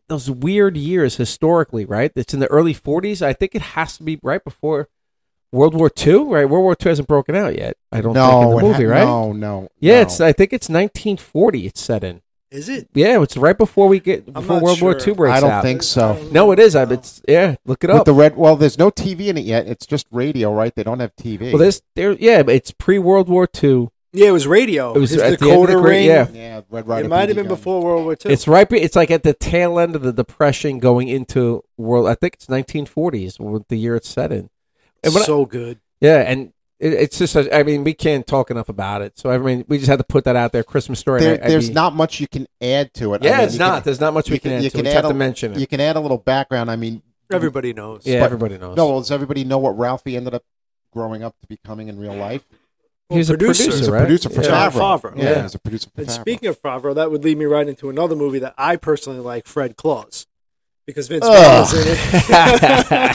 Speaker 1: those weird years historically, right? It's in the early 40s. I think it has to be right before World War II, right? World War II hasn't broken out yet. I don't think in
Speaker 2: no
Speaker 1: the
Speaker 2: it ha-
Speaker 1: movie, right?
Speaker 2: No, no,
Speaker 1: Yeah,
Speaker 2: no.
Speaker 1: it's. I think it's 1940. It's set in.
Speaker 3: Is it?
Speaker 1: Yeah, it's right before we get
Speaker 3: I'm
Speaker 1: before
Speaker 3: not
Speaker 1: World War
Speaker 3: sure.
Speaker 1: II breaks out.
Speaker 2: I don't think so.
Speaker 1: No, it is. I, it's yeah. Look it
Speaker 2: With
Speaker 1: up.
Speaker 2: the red, well, there's no TV in it yet. It's just radio, right? They don't have TV.
Speaker 1: well, there's there. Yeah, but it's pre World War II.
Speaker 3: Yeah, it was radio.
Speaker 1: It was
Speaker 3: His
Speaker 1: at the end of
Speaker 3: Dakota
Speaker 1: the great-
Speaker 3: Ring.
Speaker 1: yeah.
Speaker 2: yeah, Red Rider.
Speaker 3: It might
Speaker 2: PD
Speaker 3: have been
Speaker 2: gun.
Speaker 3: before World War II.
Speaker 1: It's right. be- It's like at the tail end of the Depression, going into world. I think it's 1940s, with the year it's set in. And when I-
Speaker 3: so good.
Speaker 1: yeah, and it, it's just. a- I mean, we can't talk enough about it. So I mean, we just had to put that out there. Christmas story.
Speaker 2: There,
Speaker 1: and I- I'd
Speaker 2: there's
Speaker 1: be-
Speaker 2: not much you can add to it. I
Speaker 1: Yeah,
Speaker 2: mean,
Speaker 1: it's
Speaker 2: you
Speaker 1: not.
Speaker 2: can-
Speaker 1: there's not much we
Speaker 2: you
Speaker 1: can,
Speaker 2: can-
Speaker 1: add
Speaker 2: you
Speaker 1: to it.
Speaker 2: can
Speaker 1: Just have
Speaker 2: add
Speaker 1: to
Speaker 2: a-
Speaker 1: mention it.
Speaker 2: You can add a little background. I mean,
Speaker 3: Everybody knows.
Speaker 1: yeah,
Speaker 2: but-
Speaker 1: everybody knows.
Speaker 2: no, well, does everybody know what Ralphie ended up growing up to becoming in real life?
Speaker 3: Well,
Speaker 1: he's a
Speaker 3: producer.
Speaker 1: producer,
Speaker 2: He's a
Speaker 1: right?
Speaker 2: producer for
Speaker 3: Yeah.
Speaker 2: Favreau.
Speaker 3: Favreau.
Speaker 2: Yeah,
Speaker 1: Yeah.
Speaker 2: he's a producer for
Speaker 3: And
Speaker 2: Favreau.
Speaker 3: speaking of Favreau, that would lead me right into another movie that I personally like, Fred Claus, because Vince Vaughn
Speaker 2: Ugh.
Speaker 3: is in it. [LAUGHS]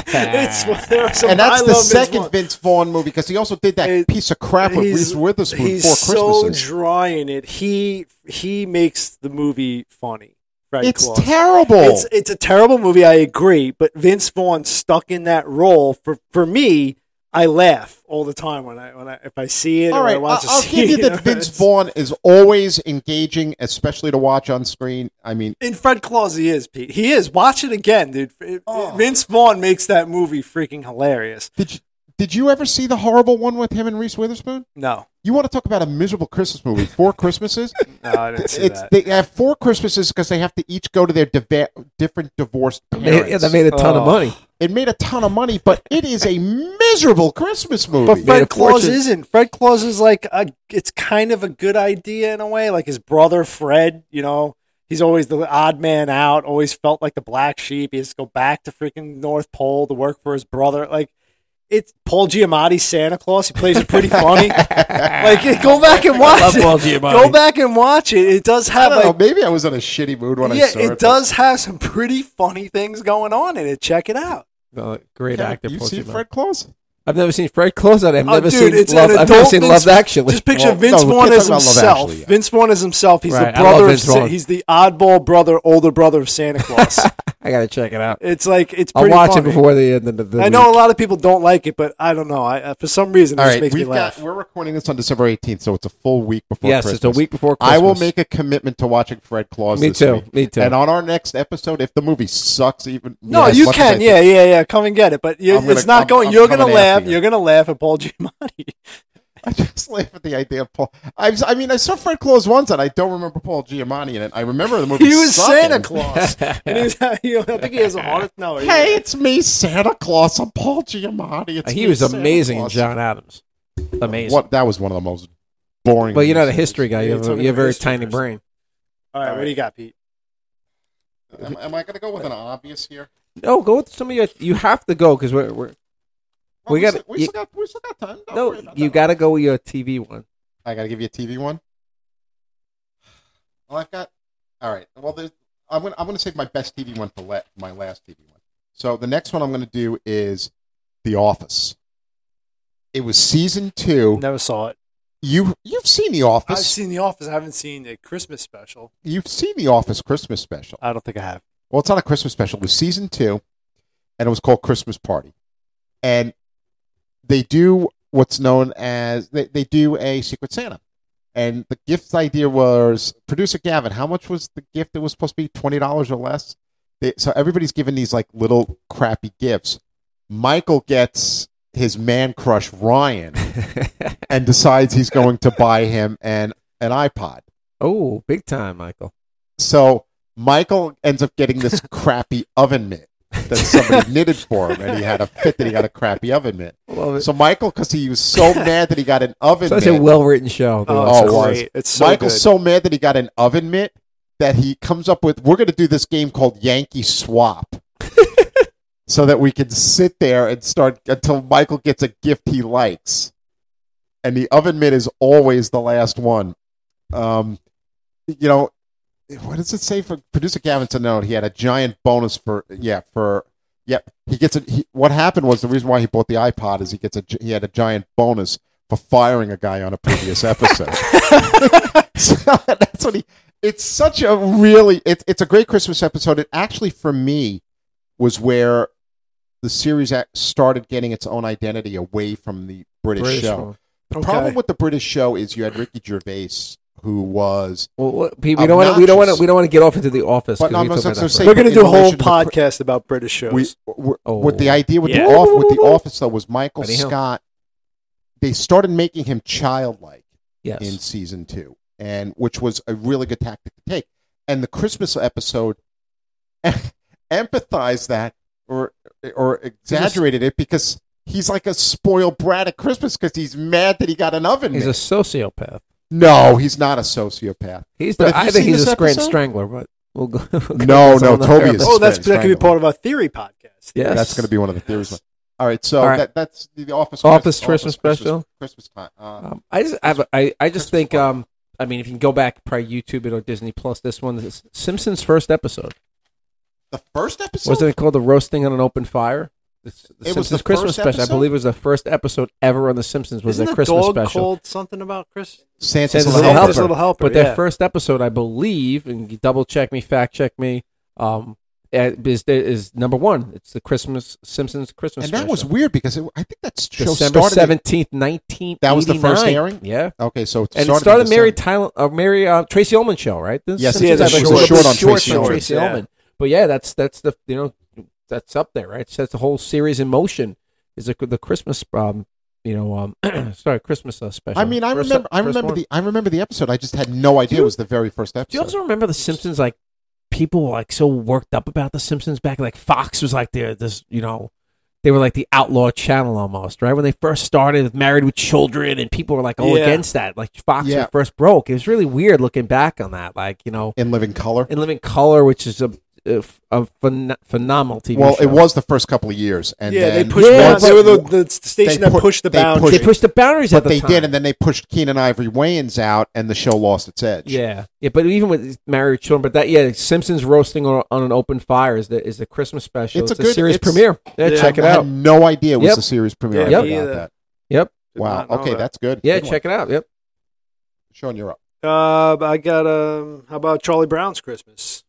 Speaker 3: it's one- there are some,
Speaker 2: and that's
Speaker 3: I
Speaker 2: the
Speaker 3: love Vince
Speaker 2: second
Speaker 3: Vaughn.
Speaker 2: Vince Vaughn movie because he also did that
Speaker 3: It-
Speaker 2: piece of crap with
Speaker 3: he's-
Speaker 2: Reese Witherspoon
Speaker 3: He's
Speaker 2: for
Speaker 3: so
Speaker 2: Christmas.
Speaker 3: dry in it. He he makes the movie funny. Fred
Speaker 2: it's
Speaker 3: Claus.
Speaker 2: terrible.
Speaker 3: It's it's a terrible movie. I agree, but Vince Vaughn stuck in that role for for me. I laugh all the time when I when I if I see it
Speaker 2: All
Speaker 3: or I
Speaker 2: right,
Speaker 3: want
Speaker 2: I'll,
Speaker 3: to
Speaker 2: I'll
Speaker 3: see
Speaker 2: give
Speaker 3: [LAUGHS]
Speaker 2: you
Speaker 3: it.
Speaker 2: that Vince Vaughn is always engaging, especially to watch on screen. I mean,
Speaker 3: In Fred Claus, he is Pete. He is. Watch it again, dude. It- Vince Vaughn makes that movie freaking hilarious.
Speaker 2: did you, did you ever see the horrible one with him and Reese Witherspoon?
Speaker 3: No,
Speaker 2: You want to talk about a miserable Christmas movie?
Speaker 1: [LAUGHS]
Speaker 2: Four Christmases.
Speaker 3: no, I didn't see
Speaker 2: it's
Speaker 3: that.
Speaker 2: they have four Christmases because they have to each go to their diva- different divorced
Speaker 1: [LAUGHS]
Speaker 2: parents.
Speaker 1: Yeah, that made a ton of
Speaker 3: Oh.
Speaker 1: money.
Speaker 2: it made a ton of money, but it is a miserable Christmas
Speaker 3: but
Speaker 2: movie.
Speaker 1: made a
Speaker 3: Fred Claus
Speaker 1: fortune.
Speaker 3: isn't. Fred Claus is like a. It's kind of a good idea in a way. Like his brother Fred, you know, he's always the odd man out. Always felt like the black sheep. He has to go back to freaking North Pole to work for his brother. Like it's Paul Giamatti's Santa Claus. He plays it pretty [LAUGHS] funny. like go back and watch
Speaker 1: love
Speaker 3: it.
Speaker 1: Paul Giamatti.
Speaker 3: Go back and watch it. It does
Speaker 2: I
Speaker 3: have
Speaker 2: don't
Speaker 3: like
Speaker 2: know, maybe I was in a shitty mood when I
Speaker 3: yeah,
Speaker 2: saw it.
Speaker 3: it
Speaker 2: but-
Speaker 3: does have some pretty funny things going on in it. Check it out.
Speaker 1: Uh, great
Speaker 2: Yeah,
Speaker 1: actor.
Speaker 2: You
Speaker 1: Paul
Speaker 2: see
Speaker 1: Giamatti.
Speaker 2: Fred Claus?
Speaker 1: I've never seen Fred Close out. I've
Speaker 3: Oh,
Speaker 1: never
Speaker 3: dude,
Speaker 1: seen
Speaker 3: it's
Speaker 1: Love.
Speaker 3: an
Speaker 1: I've never
Speaker 3: adult
Speaker 1: seen
Speaker 3: Vince-
Speaker 1: Love Actually.
Speaker 3: Just picture
Speaker 2: Well,
Speaker 3: Vince
Speaker 2: no, we
Speaker 3: Vaughn
Speaker 2: can't
Speaker 3: as
Speaker 2: talk about Love
Speaker 3: himself.
Speaker 2: Actually, yeah.
Speaker 3: Vince Vaughn is himself. He's
Speaker 1: Right, I
Speaker 3: the
Speaker 1: love
Speaker 3: brother. Of
Speaker 1: Vince
Speaker 3: Sa-
Speaker 1: Vaughn.
Speaker 3: he's the oddball brother, older brother of Santa
Speaker 1: [LAUGHS]
Speaker 3: Claus.
Speaker 1: [LAUGHS] I gotta check it out.
Speaker 3: it's like it's.
Speaker 1: I'll
Speaker 3: Pretty
Speaker 1: watch it
Speaker 3: funny.
Speaker 1: before the end of the.
Speaker 3: I know a lot of people don't like it, but I don't know. I, uh, for some reason, it
Speaker 2: All
Speaker 3: just
Speaker 2: right,
Speaker 3: makes me
Speaker 2: we've
Speaker 3: laugh.
Speaker 2: got, we're recording this on December 18th, so it's a full week before
Speaker 1: Yes,
Speaker 2: Christmas.
Speaker 1: it's a week before Christmas.
Speaker 2: I will make a commitment to watching Fred Claus.
Speaker 1: Me
Speaker 2: this
Speaker 1: too,
Speaker 2: week.
Speaker 1: me too.
Speaker 2: And on our next episode, if the movie sucks, even
Speaker 3: no,
Speaker 2: as
Speaker 3: you
Speaker 2: much as I
Speaker 3: can.
Speaker 2: think-
Speaker 3: Yeah, yeah, yeah. Come and get it. But you,
Speaker 2: I'm gonna-
Speaker 3: it's not
Speaker 2: I'm-
Speaker 3: going.
Speaker 2: I'm
Speaker 3: you're gonna
Speaker 2: coming after
Speaker 3: laugh.
Speaker 2: you.
Speaker 3: You're gonna laugh at
Speaker 1: [LAUGHS]
Speaker 3: Paul Giamatti.
Speaker 2: [LAUGHS] I just laugh at the idea of Paul. I, was, I mean, I saw Fred Claus once, and I don't remember Paul Giamatti in it. I remember the movie.
Speaker 3: he was
Speaker 2: sucking.
Speaker 1: [LAUGHS]
Speaker 3: Santa Claus. and he was, you know, [LAUGHS] I think he has a heart. No, he-
Speaker 2: Hey, it's me, Santa Claus. I'm Paul Giamatti. It's
Speaker 1: He
Speaker 2: me,
Speaker 1: was
Speaker 2: Santa
Speaker 1: amazing in
Speaker 2: Claus.
Speaker 1: John Adams. Amazing.
Speaker 2: What? That was one of the most boring.
Speaker 1: Well, you're not a
Speaker 2: movies.
Speaker 1: history guy. You
Speaker 3: Yeah,
Speaker 1: have
Speaker 3: talking
Speaker 1: a, you have a
Speaker 3: about
Speaker 1: very
Speaker 3: history
Speaker 1: tiny
Speaker 3: person.
Speaker 1: brain.
Speaker 3: All right, what do you got, Pete?
Speaker 2: Am, am I going to go with an obvious here?
Speaker 1: No, go with some of your. You have to go because we're, we're
Speaker 2: Well,
Speaker 1: We gotta-
Speaker 2: still- we
Speaker 1: you-
Speaker 2: still got we still got time. Don't worry
Speaker 1: Oh, no.
Speaker 2: about
Speaker 1: You
Speaker 2: that.
Speaker 1: got to go with your TV one. [LAUGHS]
Speaker 2: I got to give you a TV one. Well, I've got. All right. Well, there's, I'm gonna I'm gonna save my best TV one for la- my last TV one. So the next one I'm gonna do is The Office. It was season two.
Speaker 3: Never saw it.
Speaker 2: You you've seen The
Speaker 3: I've
Speaker 2: Office.
Speaker 3: seen The Office. I haven't seen the Christmas special.
Speaker 2: you've seen The Office Christmas special.
Speaker 3: I don't think I have.
Speaker 2: well, it's not a Christmas special. It was season two, and it was called Christmas Party. And they do what's known as they, they do a Secret Santa. And the gift idea was producer Gavin. How much was the gift? It was supposed to be twenty dollars or less. They, so everybody's given these like little crappy gifts. Michael gets his man crush Ryan and decides he's going to buy him an an iPod.
Speaker 1: oh, big time, Michael.
Speaker 2: So Michael ends up getting this crappy oven mitt that somebody knitted for him, and he had a fit that he got a crappy oven mitt.
Speaker 1: Love it.
Speaker 2: So Michael, because he was so mad that he got an oven
Speaker 1: Such a
Speaker 2: mitt,
Speaker 1: well written show. dude.
Speaker 2: Oh,
Speaker 3: it's
Speaker 2: it was.
Speaker 3: great. It's so
Speaker 2: Michael's
Speaker 3: good.
Speaker 2: so mad that he got an oven mitt that he comes up with we're going to do this game called Yankee
Speaker 3: [LAUGHS]
Speaker 2: Swap. so that we can sit there and start until Michael gets a gift he likes. and the oven mitt is always the last one. Um, you know, what does it say for producer Gavin to know he had a giant bonus for yeah for yeah he gets a he, what happened was the reason why he bought the iPod is he gets a he had a giant bonus for firing a guy on a previous episode. [LAUGHS] so that's what he. It's such a really it, it's a great Christmas episode. It actually for me was where the series act started getting its own identity away from the British,
Speaker 1: British
Speaker 2: show.
Speaker 1: one.
Speaker 2: The
Speaker 3: Okay.
Speaker 2: problem with the British show is you had Ricky Gervais, who was
Speaker 1: Well, what- Pete, we don't want to. We don't want to.
Speaker 2: Obnoxious.
Speaker 1: We don't want to get off into the office.
Speaker 2: But
Speaker 1: 'cause
Speaker 2: no,
Speaker 1: we
Speaker 2: I'm
Speaker 1: talked
Speaker 2: not
Speaker 1: about
Speaker 2: gonna
Speaker 1: that
Speaker 2: say-
Speaker 1: first.
Speaker 3: We're going to do a
Speaker 2: in
Speaker 3: whole
Speaker 2: relation to the pr-
Speaker 3: podcast about British shows.
Speaker 2: we, we
Speaker 1: Oh.
Speaker 2: with the idea with
Speaker 3: Yeah.
Speaker 2: the off with the office though was Michael
Speaker 1: Buddy Hill.
Speaker 2: Scott. They started making him childlike
Speaker 1: yes.
Speaker 2: in season two, and which was a really good tactic to take. And the Christmas episode [LAUGHS] empathized that or or exaggerated it because he's like a spoiled brat at Christmas because he's mad that he got an oven.
Speaker 1: he's a
Speaker 2: mitt.
Speaker 1: sociopath.
Speaker 2: no, he's not a sociopath.
Speaker 1: He's
Speaker 2: But
Speaker 1: the,
Speaker 2: have you
Speaker 1: I think
Speaker 2: seen
Speaker 1: he's
Speaker 2: this
Speaker 1: a grand
Speaker 2: episode?
Speaker 1: strangler, but we'll go. [LAUGHS] we'll go
Speaker 2: No,
Speaker 1: that's
Speaker 2: no,
Speaker 1: another
Speaker 2: Toby is-
Speaker 1: episode.
Speaker 3: oh, that's
Speaker 2: Spanish
Speaker 3: that could be
Speaker 2: Triangle.
Speaker 3: part of our theory podcast.
Speaker 1: Yes.
Speaker 2: That's going to be one of the theories. All right, so
Speaker 1: All right.
Speaker 2: That, that's the office
Speaker 1: Office Christmas special?
Speaker 2: Christmas time. Uh,
Speaker 1: Um, I just, I, have a- I, I just
Speaker 2: Christmas
Speaker 1: think.
Speaker 2: party.
Speaker 1: Um, I mean, if you can go back, probably YouTube it or Disney Plus. This one, this Simpsons first episode,
Speaker 2: the first episode
Speaker 1: wasn't it called "The Roasting on an Open Fire"? The, S- the
Speaker 2: It was
Speaker 1: Simpsons
Speaker 2: the
Speaker 1: Christmas
Speaker 2: first
Speaker 1: special.
Speaker 2: episode?
Speaker 1: I believe it was the first episode ever on The Simpsons. Was
Speaker 3: Isn't
Speaker 1: their
Speaker 3: the
Speaker 1: Christmas
Speaker 3: dog
Speaker 1: special?
Speaker 3: called something about Chris?
Speaker 2: Santa's,
Speaker 1: Santa's
Speaker 2: little
Speaker 1: Little
Speaker 2: helper.
Speaker 1: Helper.
Speaker 3: Little helper.
Speaker 1: But
Speaker 3: yeah.
Speaker 1: their first episode, I believe, and you double check me, fact check me, um, eh, is is number one. It's the Christmas Simpsons Christmas.
Speaker 2: And that
Speaker 1: special.
Speaker 2: was weird because it, I think that show
Speaker 1: December
Speaker 2: started. in-
Speaker 1: seventeenth, nineteen.
Speaker 2: That was the first airing?
Speaker 1: Yeah,
Speaker 2: okay, so it
Speaker 1: and it
Speaker 2: started,
Speaker 1: started
Speaker 2: in
Speaker 1: Mary
Speaker 2: December.
Speaker 1: Tyler, uh, Mary uh, Tracy Ullman show, right? The
Speaker 2: Yes,
Speaker 1: Simpsons
Speaker 3: yeah, the
Speaker 1: episode
Speaker 3: short-
Speaker 1: was
Speaker 3: short
Speaker 2: on
Speaker 1: short
Speaker 2: Tracy
Speaker 1: on
Speaker 2: Ullman.
Speaker 3: Yeah.
Speaker 1: Ullman. But yeah, that's that's the you know that's up there, right? Sets the whole series in motion. Is the, the Christmas um you know um [CLEARS THROAT] sorry Christmas uh, special?
Speaker 2: I mean, I
Speaker 1: First-
Speaker 2: remember. I
Speaker 1: first
Speaker 2: remember
Speaker 1: one.
Speaker 2: the. I remember the episode. I just had no idea
Speaker 1: you-
Speaker 2: it was the very first
Speaker 1: Do you
Speaker 2: episode.
Speaker 1: also remember the Simpsons? Like people were like so worked up about the Simpsons back. Like Fox was like their this, you know, they were like the outlaw channel almost, right? When they first started with Married with Children, and people were like all
Speaker 3: Yeah.
Speaker 1: against that. Like Fox when
Speaker 2: Yeah.
Speaker 1: it first broke, it was really weird looking back on that. Like you know,
Speaker 2: in Living Color.
Speaker 1: in Living Color, which is a a, a phen- phenomenal TV.
Speaker 2: well,
Speaker 1: show.
Speaker 2: it was the first couple of years, and
Speaker 3: yeah,
Speaker 2: then
Speaker 3: they pushed.
Speaker 1: Yeah,
Speaker 3: Yeah,
Speaker 2: once
Speaker 3: they
Speaker 2: it-
Speaker 3: were the, the station
Speaker 2: they
Speaker 3: that
Speaker 2: put-
Speaker 3: pushed the
Speaker 2: they
Speaker 3: boundary.
Speaker 1: They pushed the boundaries
Speaker 2: but
Speaker 1: at the
Speaker 2: they
Speaker 1: time.
Speaker 2: did, and then they pushed Keenan Ivory Wayans out, and the show lost its edge.
Speaker 1: Yeah, yeah, but even with Married with Children, but that yeah, Simpsons roasting on, on an open fire is the is the Christmas special.
Speaker 2: It's
Speaker 1: It's,
Speaker 2: a
Speaker 1: a,
Speaker 2: good-
Speaker 1: series
Speaker 2: it's-
Speaker 1: premiere. Yeah,
Speaker 3: Yeah.
Speaker 1: check it
Speaker 2: I
Speaker 1: out.
Speaker 2: had no idea it was
Speaker 1: Yep.
Speaker 2: the series premiere.
Speaker 1: Yeah,
Speaker 2: I
Speaker 3: me
Speaker 2: forgot
Speaker 3: either.
Speaker 2: that.
Speaker 1: Yep.
Speaker 3: Did
Speaker 2: Wow.
Speaker 3: not know
Speaker 2: Okay,
Speaker 3: that.
Speaker 2: that's good.
Speaker 1: Yeah,
Speaker 2: Good
Speaker 1: check it out. Yep.
Speaker 2: One. Sean, you're up.
Speaker 3: Uh, I got um. How about Charlie Brown's Christmas?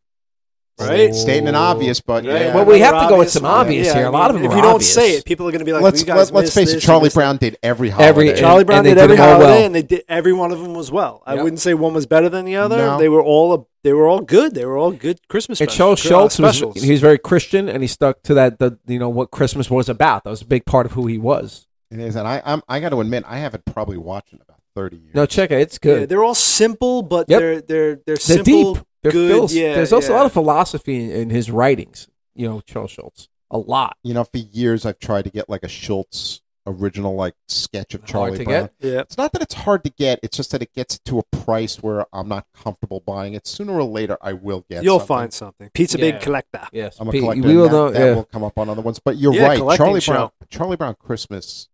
Speaker 3: Right.
Speaker 1: Oh.
Speaker 2: Statement obvious, but
Speaker 3: Right?
Speaker 2: yeah.
Speaker 1: Well, we have
Speaker 3: Another
Speaker 1: to go with some
Speaker 3: one.
Speaker 1: obvious here. A lot of them
Speaker 3: If
Speaker 1: are
Speaker 3: you don't
Speaker 1: obvious.
Speaker 3: say it, people are going to be like,
Speaker 2: let's
Speaker 3: "You guys
Speaker 2: let, let's
Speaker 3: missed
Speaker 2: face it.
Speaker 3: this, you
Speaker 2: Charlie
Speaker 3: missed that."
Speaker 2: Brown did every holiday.
Speaker 1: and-
Speaker 3: Charlie Brown
Speaker 1: and they
Speaker 3: did
Speaker 1: did
Speaker 3: every
Speaker 1: them all
Speaker 3: holiday,
Speaker 1: well.
Speaker 3: and they did every one of them was well. I
Speaker 1: Yeah.
Speaker 3: wouldn't say one was better than the other.
Speaker 2: No.
Speaker 3: They were all a, they were all good. They were all good Christmas.
Speaker 1: And
Speaker 3: specials,
Speaker 1: Charles
Speaker 3: uh,
Speaker 1: Schultz was
Speaker 3: specials.
Speaker 1: he was very Christian and he stuck to that the you know what Christmas was about. That was a big part of who he was.
Speaker 2: It is, and I I'm, I got to admit, I haven't probably watched in about thirty years.
Speaker 1: No, check it. It's
Speaker 3: Yeah,
Speaker 1: good.
Speaker 3: they're all simple, but
Speaker 1: Yep.
Speaker 3: they're they're they're
Speaker 1: they're
Speaker 3: simple.
Speaker 1: deep. They're
Speaker 3: good.
Speaker 1: phils-
Speaker 3: yeah,
Speaker 1: There's also
Speaker 3: yeah.
Speaker 1: a lot of philosophy in, in his writings. You know, Charles Schultz. A lot.
Speaker 2: you know, for years I've tried to get like a Schultz original like sketch of
Speaker 1: Hard
Speaker 2: Charlie
Speaker 1: to
Speaker 2: Brown.
Speaker 1: get?
Speaker 3: Yeah.
Speaker 2: It's not that it's hard to get; it's just that it gets to a price where I'm not comfortable buying it. Sooner or later, I will get.
Speaker 3: You'll
Speaker 2: something.
Speaker 3: find something. Pizza
Speaker 1: Yeah.
Speaker 3: Big Collector.
Speaker 1: Yes,
Speaker 2: I'm a
Speaker 1: Pete,
Speaker 2: collector.
Speaker 1: we will
Speaker 2: and that,
Speaker 1: know.
Speaker 2: that
Speaker 1: yeah.
Speaker 2: will come up on other ones, but you're
Speaker 3: Yeah,
Speaker 2: right.
Speaker 3: collecting
Speaker 2: Charlie
Speaker 3: show.
Speaker 2: Brown. Charlie Brown Christmas.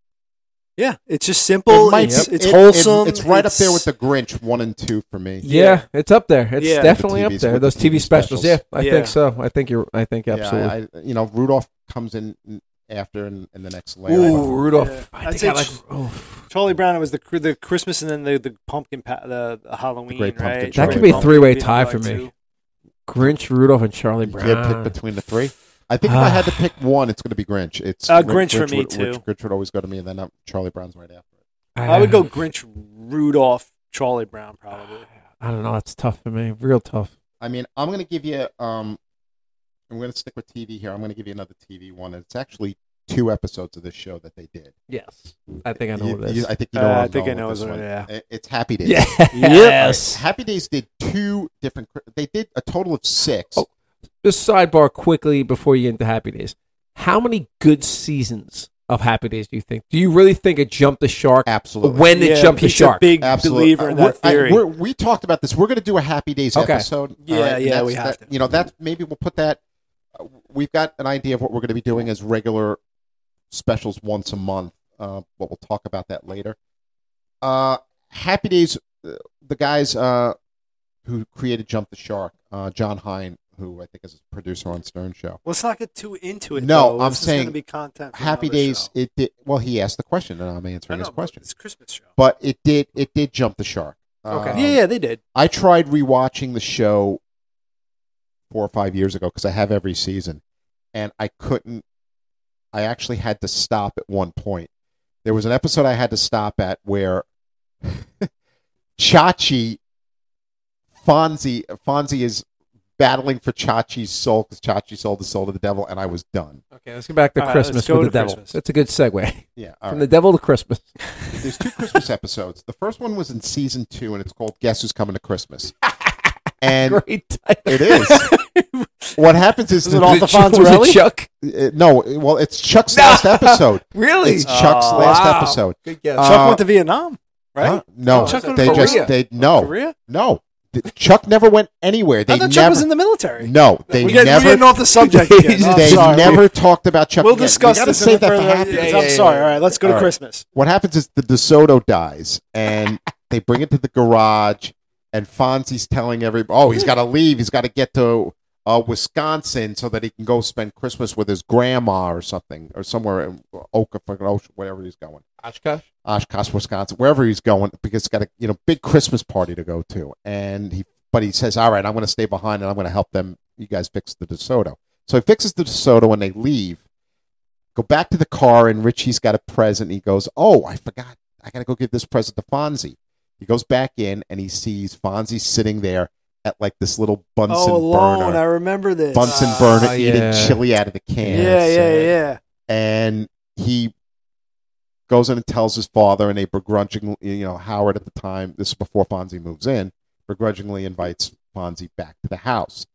Speaker 3: Yeah, it's just
Speaker 2: It
Speaker 3: simple.
Speaker 2: might
Speaker 3: it's,
Speaker 2: be-
Speaker 3: it's
Speaker 2: it- it-
Speaker 3: wholesome.
Speaker 2: it's right up there with the Grinch one and two for me.
Speaker 1: yeah, it's up there. It's
Speaker 3: Yeah. The
Speaker 1: definitely up
Speaker 2: TVs
Speaker 1: there.
Speaker 2: with
Speaker 1: Those
Speaker 2: the
Speaker 1: TV
Speaker 2: TV
Speaker 1: specials.
Speaker 2: specials.
Speaker 1: Yeah, I
Speaker 3: Yeah.
Speaker 1: think so. I think you're. I think absolutely.
Speaker 2: Yeah, I, I- you know, Rudolph comes in after in, in the next layer.
Speaker 1: Ooh, Rudolph.
Speaker 3: Yeah.
Speaker 1: I
Speaker 3: I'd
Speaker 1: think
Speaker 3: say
Speaker 1: I like.
Speaker 3: Ch-
Speaker 1: oh.
Speaker 3: Charlie Brown. It was the the Christmas and then the, the pumpkin pa- the, the Halloween.
Speaker 2: great pumpkin
Speaker 3: right?
Speaker 2: That could
Speaker 3: Charlie
Speaker 2: be a
Speaker 3: Brown
Speaker 1: three-way
Speaker 3: would be
Speaker 1: tie
Speaker 3: the
Speaker 1: for
Speaker 3: like
Speaker 1: me.
Speaker 3: two.
Speaker 1: Grinch, Rudolph, and Charlie
Speaker 2: You
Speaker 1: Brown.
Speaker 2: can't pick between the three. I think if I
Speaker 1: Ah.
Speaker 2: had to pick one, it's going to be Grinch. It's
Speaker 3: Uh, Grinch for me,
Speaker 2: would-
Speaker 3: too.
Speaker 2: Grinch, would always go to me, and then uh, Charlie Brown's right after. it.
Speaker 3: I would go Grinch, Rudolph, Charlie Brown, probably.
Speaker 1: I don't know. It's tough for me. Real tough.
Speaker 2: I mean, I'm going to give you. Um, I'm going to stick with TV here. I'm going to give you another TV one, and it's actually two episodes of this show that they did.
Speaker 1: Yes. I think I know
Speaker 2: You-
Speaker 1: what it
Speaker 2: you-
Speaker 1: is.
Speaker 2: I think you know.
Speaker 3: Uh,
Speaker 2: where I'm
Speaker 3: I think
Speaker 2: going
Speaker 3: I know
Speaker 2: with this
Speaker 3: what it
Speaker 2: one.
Speaker 3: is,
Speaker 2: I- It's Happy Days.
Speaker 1: Yes.
Speaker 2: Happy Days did two different. cri- They did a total of six.
Speaker 1: Oh. Just sidebar quickly before you get into Happy Days. How many good seasons of Happy Days do you think? Do you really think it jumped the shark?
Speaker 2: Absolutely.
Speaker 1: When it
Speaker 3: Yeah,
Speaker 1: jumped the
Speaker 3: he's a
Speaker 1: shark?
Speaker 3: big
Speaker 2: Absolutely.
Speaker 3: believer in
Speaker 2: Uh,
Speaker 3: that
Speaker 2: we're- I-
Speaker 3: theory.
Speaker 2: we're- we talked about this. We're going to do a Happy Days
Speaker 1: Okay.
Speaker 2: episode. all
Speaker 3: Yeah,
Speaker 2: and
Speaker 3: yeah,
Speaker 2: that's-
Speaker 3: we have
Speaker 2: that-
Speaker 3: to.
Speaker 2: You know, that's maybe we'll put that. uh, We've got an idea of what we're going to be doing as regular specials once a month. Uh, but we'll talk about that later. Uh, Happy Days, uh, the guys uh, who created Jump the Shark, uh, John Hine, who I think is a producer on Stern Show.
Speaker 3: Let's not get too into it.
Speaker 2: No,
Speaker 3: though.
Speaker 2: I'm
Speaker 3: This is
Speaker 2: saying
Speaker 3: gonna be content. for
Speaker 2: Happy
Speaker 3: another
Speaker 2: Days,
Speaker 3: show.
Speaker 2: it did. Well, he asked the question, and I'm
Speaker 3: I
Speaker 2: answering
Speaker 3: know,
Speaker 2: his
Speaker 3: but
Speaker 2: question.
Speaker 3: It's a Christmas show.
Speaker 2: But it did. It did jump the shark.
Speaker 1: Okay.
Speaker 2: Um,
Speaker 3: yeah, yeah, they did.
Speaker 2: I tried rewatching the show four or five years ago because I have every season, and I couldn't. I actually had to stop at one point. There was an episode I had to stop at where [LAUGHS] Chachi, Fonzie, Fonzie is battling for Chachi's soul because Chachi sold the soul to the devil, and I was done.
Speaker 1: Okay, let's get back to
Speaker 3: All right, let's
Speaker 1: Christmas
Speaker 3: go
Speaker 1: with
Speaker 3: to
Speaker 1: the devil.
Speaker 3: Christmas.
Speaker 1: That's a good segue.
Speaker 2: Yeah, all
Speaker 1: From
Speaker 2: right.
Speaker 1: the devil to Christmas.
Speaker 2: There's two Christmas episodes. The first one was in season two, and it's called "Guess Who's Coming
Speaker 1: [LAUGHS]
Speaker 2: to Christmas." And
Speaker 1: Great title.
Speaker 2: It is. what happens
Speaker 3: [LAUGHS]
Speaker 2: is,
Speaker 3: Is it
Speaker 2: the-
Speaker 3: all
Speaker 1: Was it [LAUGHS]
Speaker 3: the
Speaker 1: Chuck- was it
Speaker 3: Fonzarelli?
Speaker 1: Chuck?
Speaker 2: uh, no. Well, it's Chuck's last
Speaker 3: [LAUGHS]
Speaker 2: episode.
Speaker 1: Really?
Speaker 2: It's Chuck's
Speaker 3: Oh,
Speaker 2: last
Speaker 1: wow.
Speaker 2: episode.
Speaker 1: Good guess.
Speaker 2: Uh,
Speaker 3: Chuck went to Vietnam, right? Oh,
Speaker 2: Huh? No,
Speaker 3: Chuck went
Speaker 2: they
Speaker 3: to
Speaker 2: just
Speaker 1: Korea.
Speaker 2: they no
Speaker 3: Korea.
Speaker 2: no. Th- Chuck never went anywhere. They
Speaker 3: I thought
Speaker 2: never.
Speaker 3: Chuck was in the military.
Speaker 2: no, they
Speaker 3: we, get,
Speaker 2: never.
Speaker 3: we getting off the subject again. Oh,
Speaker 2: [LAUGHS]
Speaker 3: I'm
Speaker 2: they
Speaker 3: sorry.
Speaker 2: never talked about Chuck.
Speaker 3: We'll
Speaker 2: again.
Speaker 3: discuss
Speaker 2: We gotta
Speaker 3: this in
Speaker 2: save
Speaker 3: the
Speaker 2: that for
Speaker 3: further.
Speaker 2: happy.
Speaker 1: Yeah,
Speaker 3: I'm
Speaker 1: yeah, yeah,
Speaker 3: sorry.
Speaker 1: yeah.
Speaker 3: All right, let's go to
Speaker 2: All right.
Speaker 3: Christmas.
Speaker 2: What happens is the DeSoto dies, and they bring it to the garage, and Fonzie's telling everybody, "Oh, he's got to leave. He's got to get to uh, Wisconsin so that he can go spend Christmas with his grandma or something, or somewhere in Okotoks, wherever he's going,
Speaker 1: Oshkosh?
Speaker 2: Oshkosh, Wisconsin, wherever he's going, because he's got a you know big Christmas party to go to." And he, but he says, "All right, I'm going to stay behind, and I'm going to help them. You guys fix the DeSoto." So he fixes the DeSoto, and they leave go back to the car and Richie's got a present. He goes, Oh, I forgot. I got to go give this present to Fonzie. He goes back in and he sees Fonzie sitting there at like this little Bunsen
Speaker 3: oh, alone. I
Speaker 2: burner.
Speaker 3: remember this. Uh,
Speaker 2: Bunsen
Speaker 1: Ah,
Speaker 2: burner eating
Speaker 1: yeah.
Speaker 2: chili out of the
Speaker 3: yeah,
Speaker 2: can.
Speaker 3: yeah, yeah,
Speaker 1: sad.
Speaker 2: And he goes in and tells his father, and they begrudgingly, you know, Howard at the time, this is before Fonzie moves in, begrudgingly invites Fonzie back to the house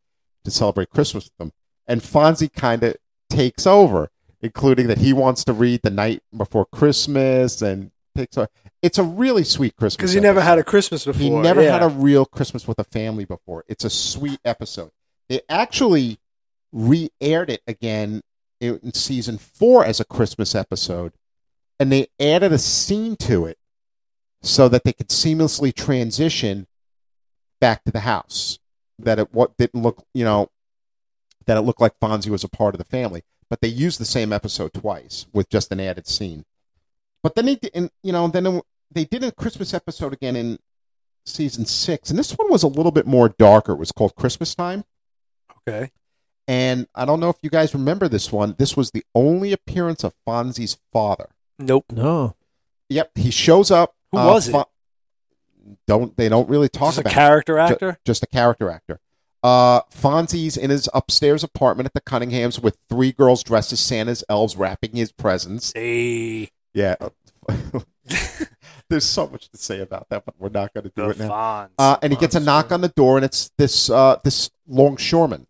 Speaker 2: to celebrate Christmas with them. And Fonzie kind of takes over, including that he wants to read the night before Christmas and takes over. It's a really sweet Christmas.
Speaker 3: Because he never
Speaker 2: episode.
Speaker 3: had a Christmas before.
Speaker 2: He never
Speaker 3: yeah.
Speaker 2: had a real Christmas with a family before. It's a sweet episode. They actually re aired it again in in season four as a Christmas episode, and they added a scene to it so that they could seamlessly transition back to the house. That it what didn't look, you know, that it looked like Fonzie was a part of the family, but they used the same episode twice with just an added scene. But then they did, and, you know, then they did a Christmas episode again in season six, and this one was a little bit more darker. It was called Christmas Time,
Speaker 3: Okay.
Speaker 2: and I don't know if you guys remember this one. This was the only appearance of Fonzie's father.
Speaker 3: Nope.
Speaker 1: No.
Speaker 2: Yep, he shows up. uh,
Speaker 3: Who was it?
Speaker 2: Don't they don't really talk
Speaker 3: Just a
Speaker 2: about it.
Speaker 3: character
Speaker 2: Ju-
Speaker 3: actor.
Speaker 2: just a character actor. Uh, Fonzie's in his upstairs apartment at the Cunninghams with three girls dressed as Santa's elves wrapping his presents.
Speaker 3: Hey,
Speaker 2: Yeah. [LAUGHS] There's so much to say about that, but we're not going to do
Speaker 3: the
Speaker 2: it now.
Speaker 3: Fonz.
Speaker 2: Uh, and he gets a knock on the door, and it's this uh, this longshoreman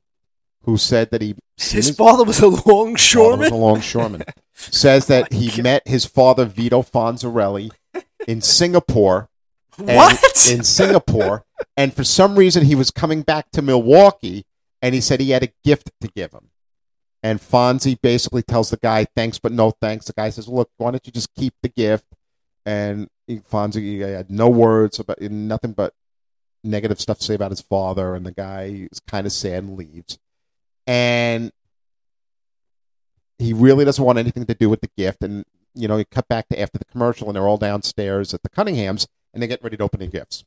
Speaker 2: who said that he
Speaker 3: His father was a
Speaker 2: father was
Speaker 3: longshoreman.
Speaker 2: a
Speaker 3: [LAUGHS]
Speaker 2: longshoreman says that
Speaker 3: My
Speaker 2: he
Speaker 3: God.
Speaker 2: met his father Vito Fonzarelli in Singapore. [LAUGHS] and-
Speaker 3: What?
Speaker 2: in Singapore, and for some reason he was coming back to Milwaukee, and he said he had a gift to give him. And Fonzie basically tells the guy, "Thanks, but no thanks." The guy says, "Look, why don't you just keep the gift?" And he- Fonzie he had no words about nothing but negative stuff to say about his father. And the guy is kind of sad and leaves. And he really doesn't want anything to do with the gift. And you know, you cut back to after the commercial, and they're all downstairs at the Cunninghams and they get ready to open the gifts.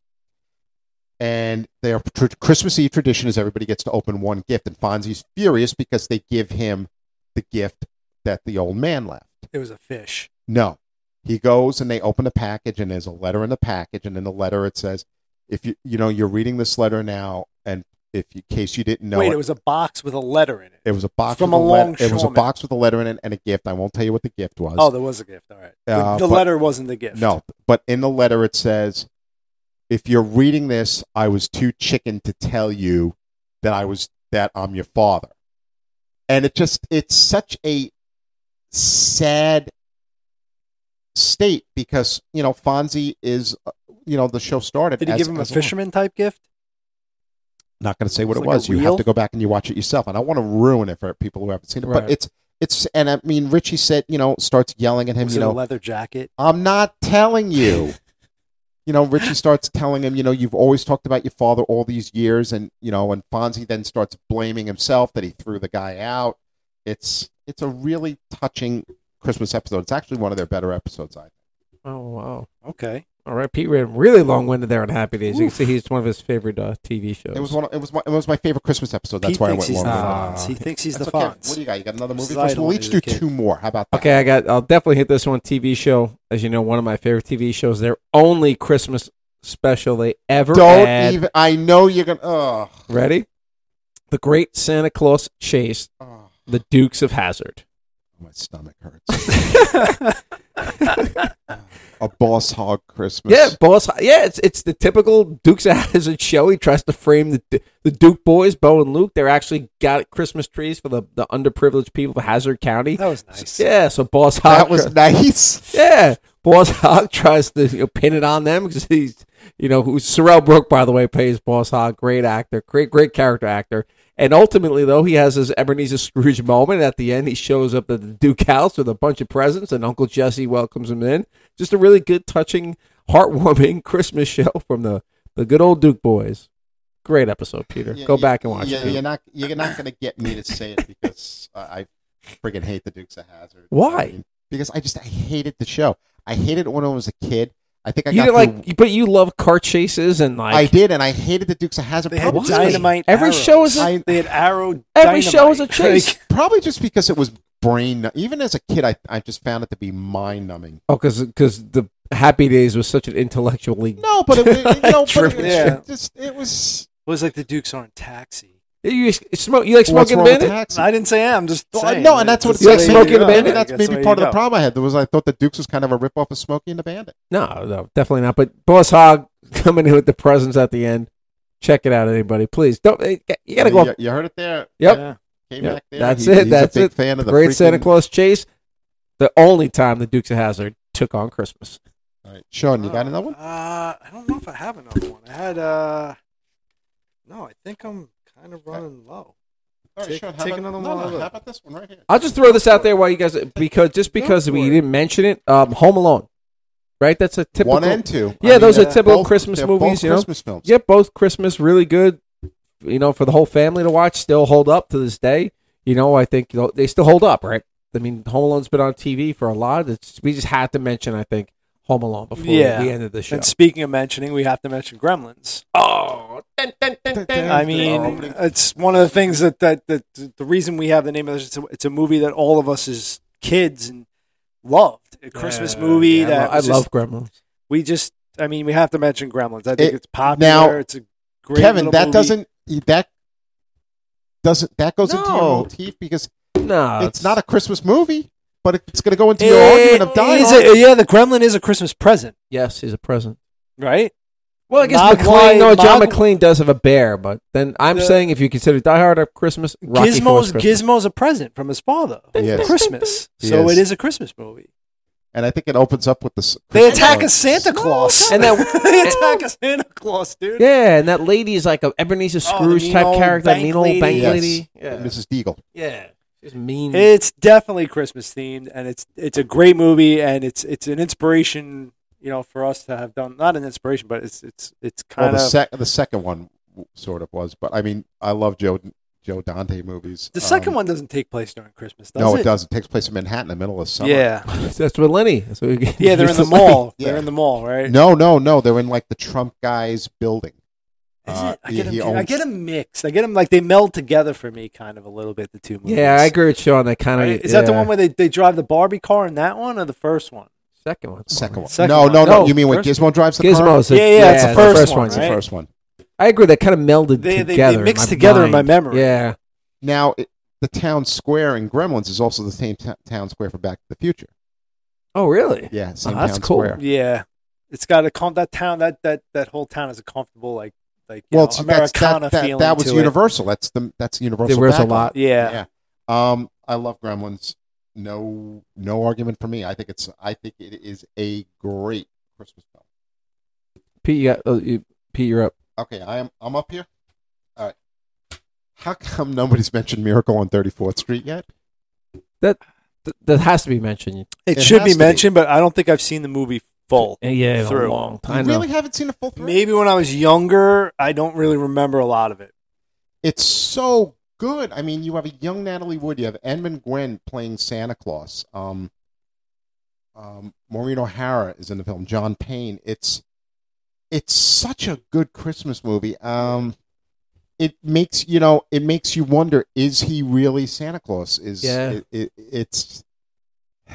Speaker 2: And their tr- Christmas Eve tradition is everybody gets to open one gift, and Fonzie's furious because they give him the gift that the old man left.
Speaker 3: it was a fish.
Speaker 2: No, he goes and they open the package, and there's a letter in the package, and in the letter it says, "If you you know you're reading this letter now, and if in case you didn't know
Speaker 3: Wait,
Speaker 2: it,
Speaker 3: it was a box with a letter in it.
Speaker 2: it was a box
Speaker 3: from
Speaker 2: with
Speaker 3: a
Speaker 2: letter. It was a
Speaker 3: longshoreman.
Speaker 2: box with a letter in it and a gift. I won't tell you what the gift was.
Speaker 3: Oh, there was a gift. All right. The,
Speaker 2: Uh,
Speaker 3: the
Speaker 2: but-
Speaker 3: letter wasn't the gift.
Speaker 2: No, but in the letter it says, "If you're reading this, I was too chicken to tell you that I was that I'm your father." And it just it's such a sad state because you know Fonzie is uh, you know the show started.
Speaker 3: Did he
Speaker 2: as-
Speaker 3: give him a
Speaker 2: as
Speaker 3: fisherman type gift?
Speaker 2: Not going to say what
Speaker 3: It's
Speaker 2: it
Speaker 3: like a
Speaker 2: was. You have
Speaker 3: reel?
Speaker 2: to go back and you watch it yourself. And I want to ruin it for people who haven't seen it.
Speaker 1: Right.
Speaker 2: But it's it's and I mean Richie said you know starts yelling at him.
Speaker 3: was
Speaker 2: you
Speaker 3: it
Speaker 2: know
Speaker 3: a leather jacket?
Speaker 2: I'm not telling you. you know,
Speaker 3: [LAUGHS]
Speaker 2: Richie starts telling him, you know, you've always talked about your father all these years, and you know, and Fonzie then starts blaming himself that he threw the guy out. It's it's a really touching Christmas episode. It's actually one of their better episodes. I think.
Speaker 1: Oh wow!
Speaker 3: Okay.
Speaker 1: All right, Pete ran really long winded there on Happy Days. You can see he's one of his favorite uh, TV shows.
Speaker 2: it was one. Of, it was my, it was my favorite Christmas episode. That's
Speaker 3: Pete
Speaker 2: why I
Speaker 3: thinks
Speaker 2: went
Speaker 3: he's
Speaker 2: long.
Speaker 3: the
Speaker 2: with it.
Speaker 1: Ah.
Speaker 3: Fonz. He thinks he's
Speaker 2: That's
Speaker 3: the
Speaker 2: okay.
Speaker 3: Fonz.
Speaker 2: What do you got? You got another movie?
Speaker 3: Sidle
Speaker 2: First, we'll
Speaker 3: as
Speaker 2: each
Speaker 3: a
Speaker 2: do
Speaker 3: kid.
Speaker 2: two more. How about that?
Speaker 1: Okay, I got. I'll definitely hit this one. TV show, as you know, one of my favorite TV shows. Their only Christmas special they ever
Speaker 2: Don't
Speaker 1: had.
Speaker 2: even. I know you're gonna. Ugh.
Speaker 1: Ready? The Great Santa Claus Chase,
Speaker 2: Ugh. Oh,
Speaker 1: The Dukes of Hazard.
Speaker 2: my stomach hurts.
Speaker 3: [LAUGHS]
Speaker 2: a boss hog Christmas.
Speaker 1: Yeah, boss. Yeah, it's it's the typical Dukes of [LAUGHS] Hazard show. He tries to frame the Du- the Duke boys, Bo and Luke. They're actually got Christmas trees for the, the underprivileged people of Hazard County.
Speaker 3: That was nice.
Speaker 1: Yeah, so Boss Hog.
Speaker 2: that was nice.
Speaker 1: Yeah, Boss [LAUGHS] Hog tries to you know, pin it on them because he's you know who Sorrel Brook, by the way, plays Boss Hog. Great actor, great great character actor. And ultimately, though, he has his Ebenezer Scrooge moment. At the end, he shows up at the Duke house with a bunch of presents, and Uncle Jesse welcomes him in. Just a really good, touching, heartwarming [LAUGHS] Christmas show from the the good old Duke boys. Great episode, Peter.
Speaker 2: Yeah,
Speaker 1: Go
Speaker 2: you-
Speaker 1: back and watch
Speaker 2: yeah,
Speaker 1: it.
Speaker 2: You're not. You're not gonna get me to say it because I, I freaking hate the Dukes of Hazard.
Speaker 1: Why?
Speaker 2: because I just I hated the show. I hated it when I was a kid. I think I
Speaker 1: you
Speaker 2: got
Speaker 1: didn't
Speaker 2: through-
Speaker 1: like, but you love car chases and like
Speaker 2: I did, and I hated the Dukes of Hazard.
Speaker 3: They had
Speaker 1: Why?
Speaker 2: probably,
Speaker 3: dynamite.
Speaker 1: Every
Speaker 3: arrows.
Speaker 1: show is a-
Speaker 2: I-
Speaker 3: they had arrow.
Speaker 1: Every show is a
Speaker 3: dynamite. [LAUGHS]
Speaker 1: chase.
Speaker 3: Like,
Speaker 2: probably just because it was brain. Even as a kid, I I just found it to be mind numbing.
Speaker 1: Oh, because the Happy Days was such an intellectually.
Speaker 2: No, but
Speaker 1: [LAUGHS]
Speaker 2: it, it, you know, but
Speaker 1: True.
Speaker 2: it,
Speaker 3: Yeah.
Speaker 2: it just it was.
Speaker 3: it was like the Dukes aren't taxi.
Speaker 1: You, s- smoke. You like
Speaker 2: What's
Speaker 1: smoking
Speaker 2: wrong with
Speaker 1: bandit?
Speaker 2: taxi?
Speaker 3: I didn't say I am. Just
Speaker 2: Well, I-
Speaker 3: saying,
Speaker 2: no, and that's what
Speaker 1: it's like
Speaker 3: the way
Speaker 1: Smokey
Speaker 3: you
Speaker 1: and the
Speaker 3: go.
Speaker 1: Bandit?
Speaker 2: Maybe that's
Speaker 3: That's the
Speaker 2: maybe
Speaker 3: way
Speaker 2: part
Speaker 3: you
Speaker 2: of the
Speaker 3: go.
Speaker 2: problem I had. There was I thought the Dukes was kind of a ripoff of Smokey and the Bandit.
Speaker 1: No, no, definitely not. But Boss Hog [LAUGHS] coming in with the presents at the end. Check it out, anybody, please. Don't eh, you gotta go?
Speaker 2: You, you heard it there.
Speaker 1: Yep.
Speaker 3: Yeah.
Speaker 2: Came
Speaker 1: Yep.
Speaker 2: back there.
Speaker 1: That's
Speaker 2: He-
Speaker 1: it,
Speaker 2: He's
Speaker 1: that's
Speaker 2: a big
Speaker 1: it.
Speaker 2: fan of the
Speaker 1: Great Santa
Speaker 2: freaking-
Speaker 1: Claus chase. The only time the Dukes of Hazard took on Christmas.
Speaker 2: All right. Sean, you got another one?
Speaker 3: Uh, I don't know if I have another one. I had uh, no, I think I'm kind of running low.
Speaker 2: All right,
Speaker 3: take-
Speaker 2: Sean, how
Speaker 3: take
Speaker 2: about,
Speaker 3: another
Speaker 2: no,
Speaker 3: one
Speaker 2: no,
Speaker 3: out of it.
Speaker 2: How about this one right here?
Speaker 1: I'll just throw this out there while you guys because just because
Speaker 3: for
Speaker 1: we
Speaker 3: it.
Speaker 1: didn't mention it, um, Home Alone, right? That's a typical
Speaker 2: One and two.
Speaker 1: Yeah, those are
Speaker 2: they're
Speaker 1: typical
Speaker 2: both-
Speaker 1: Christmas
Speaker 2: they're both
Speaker 1: movies, you know?
Speaker 2: Christmas films.
Speaker 1: Yep, both Christmas really good. You know, for the whole family to watch, still hold up to this day. You know, I think you know, they still hold up, right? I mean, Home Alone's been on TV for a lot. It's, we just had to mention, I think, Home Alone before
Speaker 3: Yeah.
Speaker 1: the end of the show.
Speaker 3: And speaking of mentioning, we have to mention Gremlins.
Speaker 1: oh, dun, dun, dun, dun.
Speaker 3: I
Speaker 2: Yeah,
Speaker 3: mean,
Speaker 2: the opening-
Speaker 3: it's one of the things that that, that the reason we have the name of this. It's a, it's a movie that all of us as kids and loved. A Christmas
Speaker 1: Yeah,
Speaker 3: movie
Speaker 1: yeah,
Speaker 3: that
Speaker 1: I,
Speaker 3: was
Speaker 1: lo- I love
Speaker 3: just-
Speaker 1: Gremlins.
Speaker 3: we just. I mean, we have to mention Gremlins. I think
Speaker 2: It-
Speaker 3: it's popular.
Speaker 2: now,
Speaker 3: it's a great
Speaker 2: Kevin,
Speaker 3: little
Speaker 2: that
Speaker 3: movie.
Speaker 2: doesn't e, that doesn't that goes into your
Speaker 1: No. Uh,
Speaker 2: motif because
Speaker 1: No,
Speaker 2: it's not a Christmas movie, but it's going to go into
Speaker 3: It
Speaker 2: your argument of Die
Speaker 3: is
Speaker 2: Hard.
Speaker 3: a- yeah, the Gremlin is a Christmas present,
Speaker 1: Yes, he's a present.
Speaker 3: right?
Speaker 1: Well, I guess
Speaker 3: Mogwai-
Speaker 1: McLean. No, John
Speaker 3: Mog-
Speaker 1: McLean does have a bear, but then I'm
Speaker 3: The-
Speaker 1: saying if you consider Die Hard a Christmas, Rocky Four is
Speaker 3: Gizmo's
Speaker 1: Christmas.
Speaker 3: Gizmo's a present from his father for
Speaker 2: Yes. [LAUGHS]
Speaker 3: Christmas,
Speaker 2: He
Speaker 3: so
Speaker 2: is.
Speaker 3: it is a Christmas movie.
Speaker 2: and I think it opens up with this.
Speaker 3: They attack a Santa Claus,
Speaker 1: And
Speaker 3: [LAUGHS]
Speaker 1: that-
Speaker 3: they attack a Santa Claus, dude.
Speaker 1: Yeah, and that lady is like a Ebenezer
Speaker 3: Oh, the
Speaker 1: Scrooge
Speaker 3: mean
Speaker 1: type
Speaker 3: old
Speaker 1: character,
Speaker 3: bank
Speaker 1: mean old
Speaker 3: lady.
Speaker 1: bank
Speaker 2: Yes.
Speaker 1: lady.
Speaker 2: Mrs. Deagle.
Speaker 1: Yeah. She's mean.
Speaker 3: It's definitely Christmas themed, and it's it's a great movie, and it's it's an inspiration, you know, for us to have done not an inspiration, but it's it's it's
Speaker 2: Well,
Speaker 3: kind
Speaker 2: the,
Speaker 3: of
Speaker 2: sec- the second one w- sort of was, but I mean, I love Joe Joe Dante movies.
Speaker 3: the second
Speaker 2: Um,
Speaker 3: one doesn't take place during Christmas, does
Speaker 2: no,
Speaker 3: it?
Speaker 2: it does. It takes place in Manhattan, in the middle of summer.
Speaker 3: Yeah,
Speaker 1: That's with Lenny. That's what we get.
Speaker 2: [LAUGHS]
Speaker 1: [LAUGHS]
Speaker 3: yeah, they're in the
Speaker 2: Yeah.
Speaker 3: mall. They're in the mall, right?
Speaker 2: No, no, no. They're in like the Trump guy's building.
Speaker 3: Is
Speaker 2: Uh,
Speaker 3: it? I
Speaker 2: he-
Speaker 3: get, them,
Speaker 2: he
Speaker 3: I
Speaker 2: owns-
Speaker 3: get 'em mixed. I get them like they meld together for me, kind of a little bit. The two movies.
Speaker 1: Yeah, I agree with Sean. That kind of
Speaker 3: Right? Is that the one where they, they drive the Barbie car in that one or the first one?
Speaker 1: second one?
Speaker 2: Second one.
Speaker 3: Second
Speaker 2: no,
Speaker 3: one.
Speaker 2: no, no,
Speaker 1: No,
Speaker 2: You mean when
Speaker 3: first-
Speaker 2: Gizmo drives the car?
Speaker 1: Gizmo's.
Speaker 3: Yeah, yeah, it's the first one,
Speaker 2: It's the
Speaker 3: right?
Speaker 2: first one.
Speaker 1: I agree. That kind of melded
Speaker 3: They- they- they
Speaker 1: together. in
Speaker 3: mixed
Speaker 1: my
Speaker 3: together in my
Speaker 1: mind.
Speaker 3: memory.
Speaker 1: Yeah,
Speaker 2: Now, it, the town square in Gremlins is also the same t- town square for Back to the Future.
Speaker 1: Oh, really?
Speaker 2: Yeah, same
Speaker 1: that's
Speaker 2: town
Speaker 1: cool.
Speaker 2: square.
Speaker 3: Yeah, it's got a com- that town that that that whole town is a comfortable like like you
Speaker 2: well,
Speaker 3: know,
Speaker 2: see, that's,
Speaker 3: Americana
Speaker 2: that, that,
Speaker 3: feeling.
Speaker 2: that was
Speaker 3: to it.
Speaker 2: Universal. That's the that's Universal.
Speaker 1: There was a
Speaker 2: background.
Speaker 1: lot.
Speaker 3: Yeah.
Speaker 2: Um, I love Gremlins. No, no argument for me. I think it's. I think it is a great Christmas film.
Speaker 1: Pete, you got, oh, you, Pete, you're up.
Speaker 2: Okay, I am. I'm up here. All right. How come nobody's mentioned Miracle on 34th Street yet?
Speaker 1: That that has to be mentioned.
Speaker 3: it,
Speaker 2: It
Speaker 3: should
Speaker 2: has
Speaker 3: be
Speaker 2: to be.
Speaker 3: mentioned, but I don't think I've seen the movie full.
Speaker 4: Yeah, in
Speaker 3: Through.
Speaker 4: a long
Speaker 2: I
Speaker 4: time.
Speaker 2: really haven't seen a full through.
Speaker 3: Maybe when I was younger, I don't really remember a lot of it.
Speaker 2: It's so good. I mean, you have a young Natalie Wood. You have Edmund Gwen playing Santa Claus. Um, um, Maureen O'Hara is in the film. John Payne. It's it's such a good Christmas movie. Um, it makes you know it makes you wonder: Is he really Santa Claus? Is
Speaker 1: Yeah.
Speaker 2: it, it, it's [SIGHS]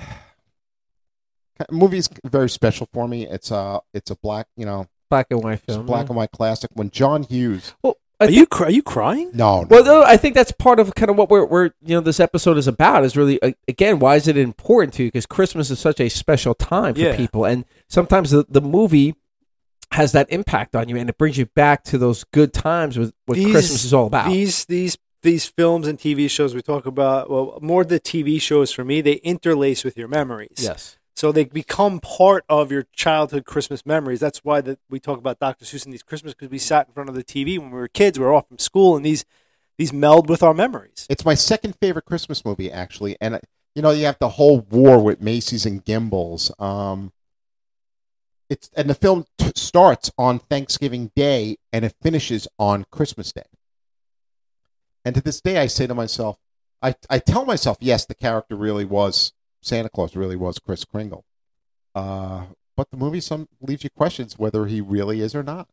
Speaker 2: movie is very special for me. It's a it's a black you know
Speaker 1: Black and white
Speaker 2: it's a
Speaker 1: film.
Speaker 2: black and white classic. When John Hughes,
Speaker 1: Well, I
Speaker 3: Are
Speaker 1: think,
Speaker 3: you cr- are you crying?
Speaker 2: no, no
Speaker 1: well, no, I think that's part of kind of what we're, we're you know this episode is about is really a- again why is it important to you because Christmas is such a special time for
Speaker 3: Yeah.
Speaker 1: people and sometimes the, the movie has that impact on you and it brings you back to those good times with what
Speaker 3: These-
Speaker 1: Christmas is all about.
Speaker 3: These these these films and TV shows we talk about. Well, more the TV shows for me, they interlace with your memories.
Speaker 1: yes,
Speaker 3: So they become part of your childhood Christmas memories. That's why that we talk about Dr. Seuss and these Christmas because we sat in front of the TV when we were kids. We were off from school, and these these meld with our memories.
Speaker 2: It's my second favorite Christmas movie, actually. And uh, you know, you have the whole war with Macy's and Gimbals. Um, it's and the film t- starts on Thanksgiving Day and it finishes on Christmas Day. And to this day, I say to myself, I I tell myself, yes, the character really was Santa Claus, really was Chris Kringle. Uh, but the movie some leaves you questions whether he really is or not.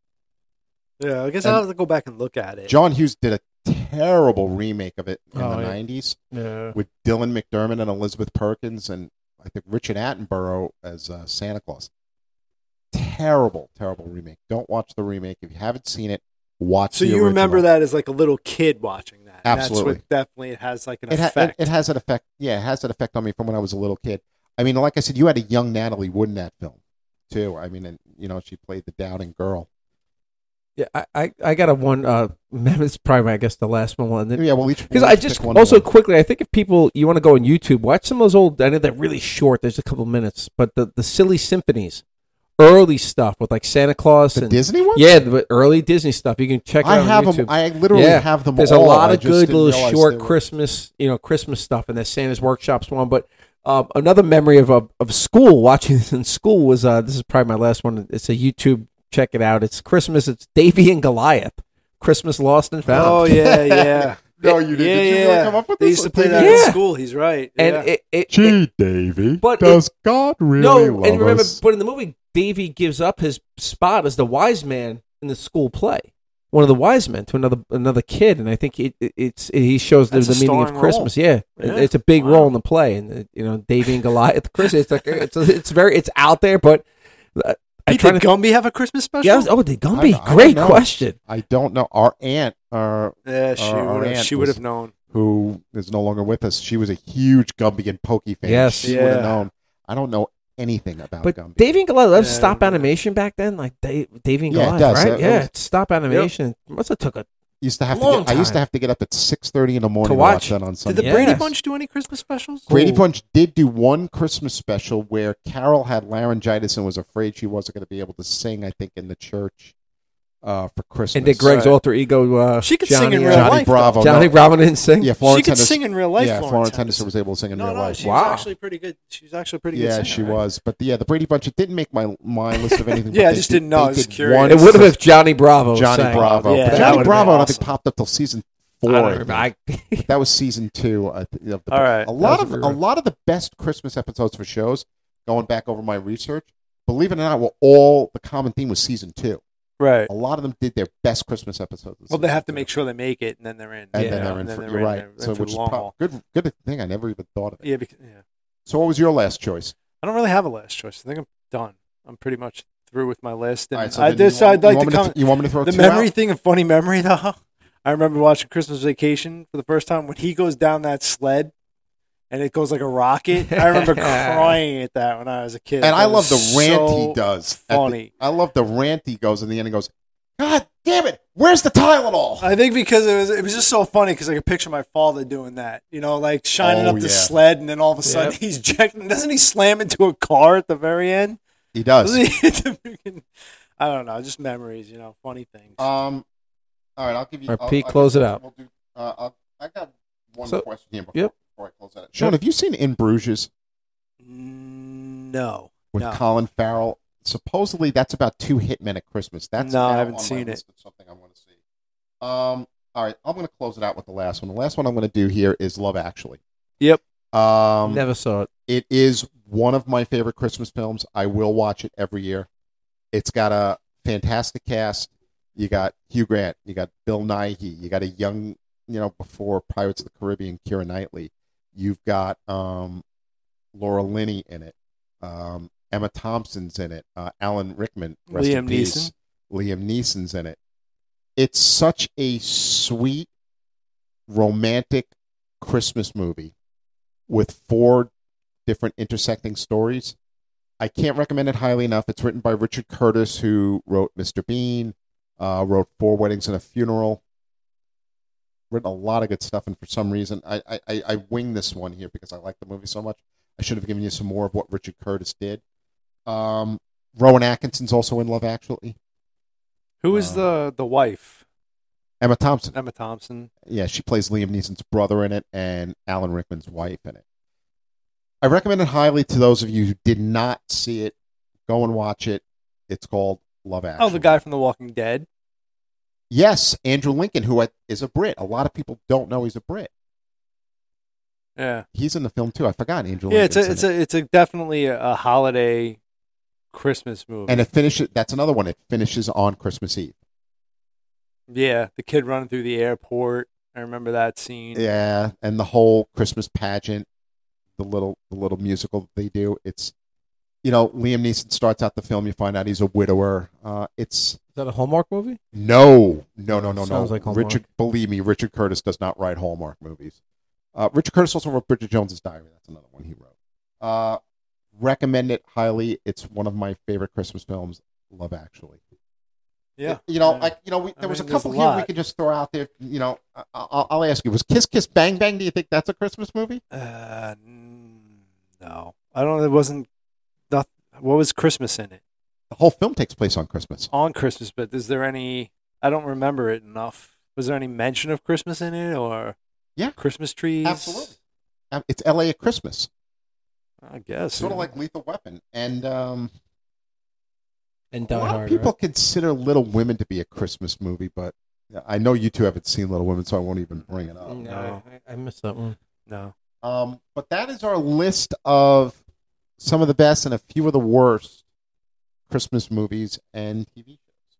Speaker 3: Yeah, I guess
Speaker 2: And-
Speaker 3: I'll have to go back and look at it.
Speaker 2: John Hughes did a terrible remake of it in
Speaker 4: Oh,
Speaker 2: the
Speaker 4: yeah.
Speaker 2: nineties
Speaker 4: Yeah.
Speaker 2: with Dylan McDermott and Elizabeth Perkins and I think Richard Attenborough as uh, Santa Claus. Terrible, terrible remake. Don't watch the remake if you haven't seen it. Watch.
Speaker 3: so
Speaker 2: the
Speaker 3: you remember
Speaker 2: original.
Speaker 3: that as like a little kid watching that. And
Speaker 2: Absolutely.
Speaker 3: That's what definitely it has like an
Speaker 2: It, ha- it,
Speaker 3: effect.
Speaker 2: it has an effect. Yeah, it has an effect on me from when I was a little kid. I mean, like I said, you had a young Natalie Wood in that film too. I mean, and you know she played the doubting girl.
Speaker 1: yeah, I, I, I got a one. Uh, [LAUGHS] it's probably I guess the last one. and then-
Speaker 2: Yeah, well, each
Speaker 1: Because
Speaker 2: we'll
Speaker 1: I
Speaker 2: each
Speaker 1: just
Speaker 2: pick one
Speaker 1: also
Speaker 2: of them.
Speaker 1: quickly, I think if people you want to go on YouTube, watch some of those old. I know they're really short. There's a couple minutes, but the the silly symphonies, early stuff with like Santa Claus
Speaker 2: the
Speaker 1: and
Speaker 2: Disney one.
Speaker 1: yeah, the early Disney stuff. You can check. It
Speaker 2: I
Speaker 1: out on
Speaker 2: have
Speaker 1: YouTube.
Speaker 2: them. I literally
Speaker 1: Yeah.
Speaker 2: have them.
Speaker 1: There's
Speaker 2: all.
Speaker 1: a lot
Speaker 2: I
Speaker 1: of
Speaker 2: just
Speaker 1: good
Speaker 2: didn't
Speaker 1: little
Speaker 2: realize
Speaker 1: short
Speaker 2: they were-
Speaker 1: Christmas, you know, Christmas stuff, and the Santa's Workshops one. But um, another memory of, of of school watching this in school was uh, this is probably my last one. It's a YouTube. Check it out. It's Christmas. It's Davy and Goliath. Christmas lost and found.
Speaker 3: oh yeah, yeah.
Speaker 2: [LAUGHS] No, you didn't.
Speaker 3: Yeah,
Speaker 2: Did you
Speaker 3: yeah.
Speaker 2: really come up with
Speaker 3: they
Speaker 2: this?
Speaker 3: used to play
Speaker 2: Did
Speaker 3: that
Speaker 2: you?
Speaker 1: Yeah.
Speaker 3: in school. He's right.
Speaker 1: and
Speaker 3: yeah.
Speaker 1: it, it, it
Speaker 2: Gee, Davy,
Speaker 1: But
Speaker 2: does God really
Speaker 1: no,
Speaker 2: love
Speaker 1: and remember,
Speaker 2: us?
Speaker 1: but in the movie, Davy gives up his spot as the wise man in the school play. One of the wise men to another another kid, and I think it, it- it's he shows the,
Speaker 3: That's a
Speaker 1: the meaning of
Speaker 3: starring
Speaker 1: Christmas. Yeah, It-
Speaker 3: Yeah.
Speaker 1: it's a big
Speaker 3: Wow.
Speaker 1: role in the play, and uh, you know Davy and Goliath. Chris, it's like it's it's very it's out there, but uh, I
Speaker 3: Pete, did
Speaker 1: try to.
Speaker 3: Gumby have a Christmas special?
Speaker 1: Yeah, I was- oh, did
Speaker 2: I
Speaker 1: Gumby?
Speaker 2: don't- I don't
Speaker 1: Great
Speaker 2: know.
Speaker 1: question.
Speaker 2: I don't know. Our aunt, uh,
Speaker 3: Yeah, she
Speaker 2: Our- our
Speaker 3: would have.
Speaker 2: aunt
Speaker 3: She
Speaker 2: was-
Speaker 3: would have known.
Speaker 2: who is no longer with us, she was a huge Gumby and Pokey fan.
Speaker 1: Yes.
Speaker 2: she would
Speaker 3: Yeah.
Speaker 2: have known. I don't know anything about
Speaker 1: But
Speaker 2: Gumby.
Speaker 1: Davy and Goliath, that was
Speaker 3: Yeah, I
Speaker 1: stop
Speaker 3: remember that.
Speaker 1: animation back then, like Da- Davy and
Speaker 2: Yeah, it
Speaker 1: Goliath,
Speaker 2: does.
Speaker 1: right?
Speaker 2: That-
Speaker 1: yeah,
Speaker 2: that was-
Speaker 1: it's stop animation. Must have took a
Speaker 2: used to have to
Speaker 1: long
Speaker 2: get, I used to
Speaker 1: time.
Speaker 2: have to get up at six thirty in the morning
Speaker 1: To
Speaker 2: to watch,
Speaker 1: watch.
Speaker 2: that on
Speaker 3: Did
Speaker 2: Sunday.
Speaker 3: the
Speaker 1: Yes.
Speaker 3: Brady Bunch do any Christmas specials?
Speaker 2: Brady
Speaker 1: Ooh.
Speaker 2: Bunch did do one Christmas special where Carol had laryngitis and was afraid she wasn't going to be able to sing. I think in the church uh, for Christmas.
Speaker 1: and did Greg's
Speaker 3: Right.
Speaker 1: alter ego? Uh,
Speaker 3: She could
Speaker 1: Johnny,
Speaker 3: sing in
Speaker 1: uh,
Speaker 3: real
Speaker 2: Johnny
Speaker 3: life, though.
Speaker 2: Bravo?
Speaker 1: Johnny
Speaker 2: no.
Speaker 1: Bravo didn't sing.
Speaker 2: Yeah,
Speaker 3: she
Speaker 2: Florence
Speaker 3: could
Speaker 2: Henderson-
Speaker 3: sing in real life.
Speaker 2: yeah,
Speaker 3: Florence,
Speaker 2: Florence
Speaker 3: Henderson
Speaker 2: Henderson was able to sing in
Speaker 3: no,
Speaker 2: real
Speaker 3: no,
Speaker 2: life.
Speaker 3: she
Speaker 1: Wow.
Speaker 3: was actually pretty good. She was actually a pretty
Speaker 2: Yeah,
Speaker 3: good.
Speaker 2: she
Speaker 3: singer.
Speaker 2: was. But yeah, the Brady Bunch. It didn't make my my list of
Speaker 3: [LAUGHS]
Speaker 2: anything.
Speaker 3: Yeah,
Speaker 2: but
Speaker 3: I
Speaker 2: they
Speaker 3: just
Speaker 2: did-
Speaker 3: didn't know.
Speaker 2: they
Speaker 3: I was
Speaker 2: did
Speaker 3: curious.
Speaker 2: one
Speaker 1: It would have
Speaker 2: Christmas-
Speaker 1: if Johnny Bravo.
Speaker 2: Johnny
Speaker 1: sang.
Speaker 2: Bravo.
Speaker 3: Yeah,
Speaker 2: but
Speaker 3: that
Speaker 2: Johnny
Speaker 3: would've
Speaker 2: Bravo.
Speaker 3: been
Speaker 2: I don't think
Speaker 3: awesome.
Speaker 2: popped up till season
Speaker 1: I
Speaker 2: four.
Speaker 1: don't
Speaker 2: I
Speaker 1: remember.
Speaker 2: think.
Speaker 1: I, [LAUGHS]
Speaker 2: that was season two. I think, of the,
Speaker 3: All right.
Speaker 2: a lot
Speaker 1: That
Speaker 2: of
Speaker 1: was a
Speaker 2: a
Speaker 1: good one.
Speaker 2: lot of the best Christmas episodes for shows. Going back over my research, believe it or not, were all the common theme was season two.
Speaker 3: Right.
Speaker 2: A lot of them did their best Christmas episodes.
Speaker 3: Well, they have to make sure they make it, and then they're in.
Speaker 2: and
Speaker 3: you
Speaker 2: then
Speaker 3: know,
Speaker 2: they're in.
Speaker 3: and
Speaker 2: For,
Speaker 3: they're
Speaker 2: you're
Speaker 3: in
Speaker 2: right.
Speaker 3: there
Speaker 2: So
Speaker 3: for
Speaker 2: which
Speaker 3: the
Speaker 2: is
Speaker 3: long
Speaker 2: prob-
Speaker 3: haul.
Speaker 2: good. Good thing I never even thought of it.
Speaker 3: Yeah, because yeah.
Speaker 2: So, what was your last choice?
Speaker 3: I don't really have a last choice. I think I'm done. I'm pretty much through with my list.
Speaker 2: All
Speaker 3: And
Speaker 2: right, so
Speaker 3: I
Speaker 2: then you
Speaker 3: just
Speaker 2: want-
Speaker 3: I'd like
Speaker 2: you
Speaker 3: to
Speaker 2: want me
Speaker 3: come.
Speaker 2: th- You want me to throw
Speaker 3: the
Speaker 2: two
Speaker 3: memory
Speaker 2: out?
Speaker 3: thing, a funny memory [LAUGHS] though. I remember watching Christmas Vacation for the first time when he goes down that sled and it goes like a rocket. I
Speaker 2: [LAUGHS]
Speaker 3: remember crying at that when I was a kid.
Speaker 2: And I
Speaker 3: That
Speaker 2: love
Speaker 3: was
Speaker 2: the rant
Speaker 3: so
Speaker 2: he does. at the-
Speaker 3: funny.
Speaker 2: I love the rant he goes in the end and goes, God damn it, where's the Tylenol?
Speaker 3: I think because it was it was just so funny because I could picture my father doing that, you know, like shining
Speaker 2: Oh,
Speaker 3: up the
Speaker 2: yeah.
Speaker 3: sled, and then all of a sudden he's jacking. Doesn't he slam into a car at the very end?
Speaker 2: He does.
Speaker 3: Doesn't he hit the freaking- I don't know, just memories, you know, funny things.
Speaker 2: um, all right, I'll give you.
Speaker 1: All right,
Speaker 2: I'll-
Speaker 1: Pete,
Speaker 2: I'll-
Speaker 1: close it out.
Speaker 2: We'll do, uh, I'll, I got one
Speaker 1: So-
Speaker 2: question here before,
Speaker 1: yep.
Speaker 2: before I close it out. Sean, have you seen In Bruges
Speaker 3: no,
Speaker 2: with
Speaker 3: no,
Speaker 2: Colin Farrell? supposedly that's about two hitmen at Christmas. That's
Speaker 3: No, I
Speaker 2: now
Speaker 3: haven't
Speaker 2: on my
Speaker 3: seen
Speaker 2: list of something I want to see. Um, all right, I'm going to close it out with the last one. The last one I'm going to do here is Love Actually.
Speaker 3: Yep.
Speaker 2: Um,
Speaker 1: Never saw it.
Speaker 2: it is one of my favorite Christmas films. I will watch it every year. It's got a fantastic cast. You got Hugh Grant, you got Bill Nighy, you got a young, you know, before Pirates of the Caribbean, Kira Knightley. You've got um, Laura Linney in it. Um, Emma Thompson's in it. Uh, Alan Rickman, rest in
Speaker 3: Liam
Speaker 2: peace.
Speaker 3: Neeson.
Speaker 2: Liam Neeson's in it. It's such a sweet, romantic Christmas movie with four different intersecting stories. I can't recommend it highly enough. It's written by Richard Curtis, who wrote Mr. Bean, uh, wrote Four Weddings and a Funeral. Written a lot of good stuff, and for some reason, I, I- I, I wing this one here because I like the movie so much. I should have given you some more of what Richard Curtis did. Um, Rowan Atkinson's also in Love Actually.
Speaker 3: Who is
Speaker 2: Uh,
Speaker 3: the the wife?
Speaker 2: Emma Thompson.
Speaker 3: Emma Thompson.
Speaker 2: Yeah, she plays Liam Neeson's brother in it and Alan Rickman's wife in it. I recommend it highly to those of you who did not see it. Go and watch it. It's called Love Actually.
Speaker 3: Oh, the guy from The Walking Dead.
Speaker 2: Yes, Andrew Lincoln, who I- is a Brit. A lot of people don't know he's a Brit.
Speaker 3: Yeah,
Speaker 2: He's in the film too. I forgot Andrew.
Speaker 3: yeah. It's a
Speaker 2: Lincoln's in
Speaker 3: it's
Speaker 2: it.
Speaker 3: a it's a definitely a holiday Christmas movie.
Speaker 2: and it finishes. That's another one. It finishes on Christmas Eve.
Speaker 3: yeah, the kid running through the airport. I remember that scene.
Speaker 2: Yeah, and the whole Christmas pageant, the little the little musical that they do. It's you know Liam Neeson starts out the film. You find out he's a widower. Uh, it's
Speaker 1: Is that a Hallmark movie?
Speaker 2: No, no, no, no,
Speaker 1: Sounds
Speaker 2: no.
Speaker 1: like Hallmark.
Speaker 2: Richard, believe me, Richard Curtis does not write Hallmark movies. Uh, Richard Curtis also wrote Bridget Jones's Diary. That's another one he wrote. Uh, recommend it highly. It's one of my favorite Christmas films. Love Actually.
Speaker 3: yeah.
Speaker 2: you know,
Speaker 3: Yeah.
Speaker 2: like you know, we, there
Speaker 3: I
Speaker 2: was a
Speaker 3: mean, there's
Speaker 2: couple
Speaker 3: a
Speaker 2: here we
Speaker 3: lot.
Speaker 2: could just throw out there. You know, I, I'll, I'll ask you: Was Kiss Kiss Bang Bang? Do you think that's a Christmas movie?
Speaker 3: Uh, n- no, I don't. It wasn't. Not, what was Christmas in it?
Speaker 2: The whole film takes place on Christmas.
Speaker 3: On Christmas, but is there any? I don't remember it enough. Was there any mention of Christmas in it or?
Speaker 2: Yeah.
Speaker 3: Christmas trees.
Speaker 2: Absolutely. Um, It's L.A. at Christmas,
Speaker 3: I guess.
Speaker 2: sort of
Speaker 3: yeah.
Speaker 2: like Lethal Weapon, and um,
Speaker 1: And
Speaker 2: A
Speaker 1: Die
Speaker 2: lot of
Speaker 1: Hard.
Speaker 2: people
Speaker 1: right?
Speaker 2: consider Little Women to be a Christmas movie, but I know you two haven't seen Little Women, so I won't even bring it up.
Speaker 1: Mm,
Speaker 3: no.
Speaker 1: I, I missed that one.
Speaker 3: no.
Speaker 2: Um, but that is our list of some of the best and a few of the worst Christmas movies and TV shows.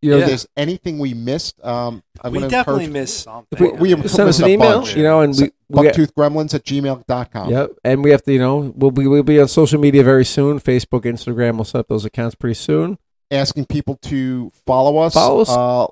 Speaker 1: You know,
Speaker 2: If
Speaker 3: Yeah.
Speaker 2: there's anything we missed, um, I'm
Speaker 3: we
Speaker 2: gonna
Speaker 3: definitely
Speaker 2: encourage-
Speaker 3: missed something.
Speaker 2: We, we
Speaker 3: I mean,
Speaker 2: have
Speaker 1: send us
Speaker 2: missed
Speaker 1: an
Speaker 2: a
Speaker 1: email,
Speaker 2: bunch.
Speaker 1: you know, and we- we got-
Speaker 2: bucktoothgremlins at gmail.com.
Speaker 1: Yep, and we have to, you know, we'll be we'll be on social media very soon. Facebook, Instagram, we'll set up those accounts pretty soon.
Speaker 2: asking people to follow us.
Speaker 1: Follow us.
Speaker 2: Uh,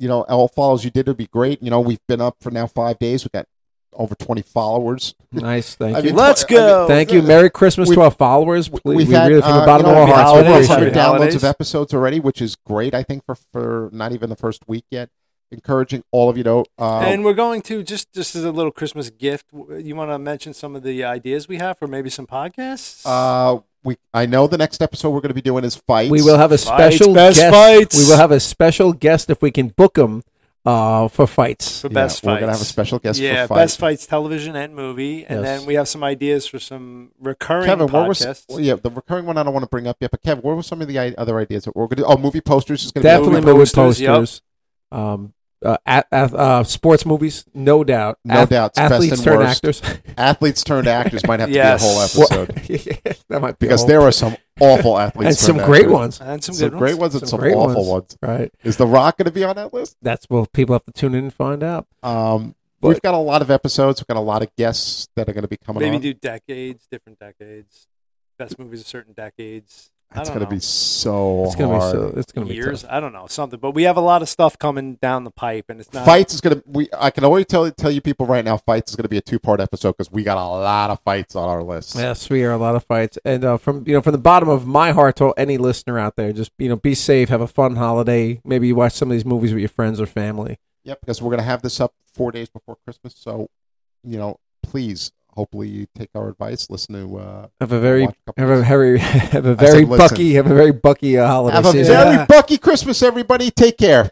Speaker 2: you know, all follows you did would be great. You know, we've been up for now five days. We've got over 20 followers.
Speaker 1: Nice, thank
Speaker 2: I
Speaker 1: you,
Speaker 2: mean,
Speaker 3: Let's
Speaker 2: tw- I mean,
Speaker 3: go.
Speaker 1: thank you. Merry Christmas
Speaker 2: We've-
Speaker 1: to our followers. Please,
Speaker 2: We've
Speaker 1: we
Speaker 2: had
Speaker 1: really from the
Speaker 2: uh,
Speaker 1: bottom
Speaker 2: you know,
Speaker 1: of our
Speaker 2: we've
Speaker 1: hearts.
Speaker 2: had
Speaker 1: we
Speaker 2: over
Speaker 3: holidays,
Speaker 1: appreciate [LAUGHS]
Speaker 2: 100
Speaker 1: it.
Speaker 3: happy
Speaker 2: downloads
Speaker 3: holidays.
Speaker 2: of episodes already, which is great. I think for for not even the first week yet. Encouraging all of you to uh,
Speaker 3: and we're going to just just as a little Christmas gift. w- You want to mention some of the ideas we have, or maybe some podcasts?
Speaker 2: uh, we. I know the next episode we're going to be doing is fights.
Speaker 1: We will have a
Speaker 3: Fights,
Speaker 1: special
Speaker 3: best
Speaker 1: guest.
Speaker 3: fights.
Speaker 1: We will have a special guest if we can book him uh, for fights.
Speaker 3: for best
Speaker 2: We're
Speaker 3: fights.
Speaker 2: going to have a special guest
Speaker 3: yeah,
Speaker 2: for
Speaker 3: best
Speaker 2: fights.
Speaker 3: fights television and movie, and
Speaker 1: Yes.
Speaker 3: then we have some ideas for some recurring
Speaker 2: Kevin, what was
Speaker 3: podcasts.
Speaker 2: well, yeah the recurring one? I don't want to bring up yet, but Kevin, what were some of the i- other ideas that we're going to? Oh, movie posters is going to
Speaker 1: Definitely
Speaker 2: Be
Speaker 1: movie posters.
Speaker 3: posters, yep.
Speaker 1: Um, uh, at, at, uh, sports movies, no doubt.
Speaker 2: No
Speaker 1: Ath-
Speaker 2: doubt, it's best
Speaker 1: Athletes
Speaker 2: and
Speaker 1: turn
Speaker 2: worst.
Speaker 1: actors. [LAUGHS]
Speaker 2: athletes turned actors might have to
Speaker 3: Yes.
Speaker 2: be a whole
Speaker 1: Well,
Speaker 2: episode
Speaker 1: that might be
Speaker 2: because
Speaker 1: all.
Speaker 2: there are some awful athletes
Speaker 1: and some
Speaker 2: turned
Speaker 1: great
Speaker 2: actors.
Speaker 1: ones,
Speaker 3: and some,
Speaker 2: some
Speaker 3: good
Speaker 2: great
Speaker 3: ones.
Speaker 2: ones
Speaker 1: Some
Speaker 2: and some,
Speaker 1: great
Speaker 2: awful
Speaker 1: ones.
Speaker 2: ones.
Speaker 1: right?
Speaker 2: Is The Rock going to be on that list?
Speaker 1: That's well, people have to tune in and find out.
Speaker 2: Um,
Speaker 1: But-
Speaker 2: we've got a lot of episodes. We've got a lot of guests that are going to be coming
Speaker 3: Maybe
Speaker 2: on.
Speaker 3: do decades, different decades, best movies of certain decades.
Speaker 2: That's
Speaker 3: I don't
Speaker 2: going to be
Speaker 3: know.
Speaker 2: so
Speaker 1: It's gonna
Speaker 2: hard.
Speaker 1: be so. It's gonna be
Speaker 3: years.
Speaker 1: tough.
Speaker 3: I don't know something, but we have a lot of stuff coming down the pipe, and it's not
Speaker 2: Fights is going to. We I can already tell tell you people right now. Fights is going to be a two part episode because we got a lot of fights on our list.
Speaker 1: Yes, we are a lot of fights, and uh, from you know from the bottom of my heart to any listener out there, just you know be safe, have a fun holiday. Maybe you watch some of these movies with your friends or family.
Speaker 2: Yep, because we're going to have this up four days before Christmas. So, you know, please, hopefully, you take our advice. Listen to. Uh,
Speaker 1: Have a very
Speaker 2: watch couple
Speaker 1: have a
Speaker 2: of-
Speaker 1: very [LAUGHS] have a very
Speaker 2: listen.
Speaker 1: bucky have a very bucky uh, holiday
Speaker 2: have a
Speaker 1: season.
Speaker 2: very
Speaker 3: Yeah.
Speaker 2: bucky Christmas, everybody. Take care.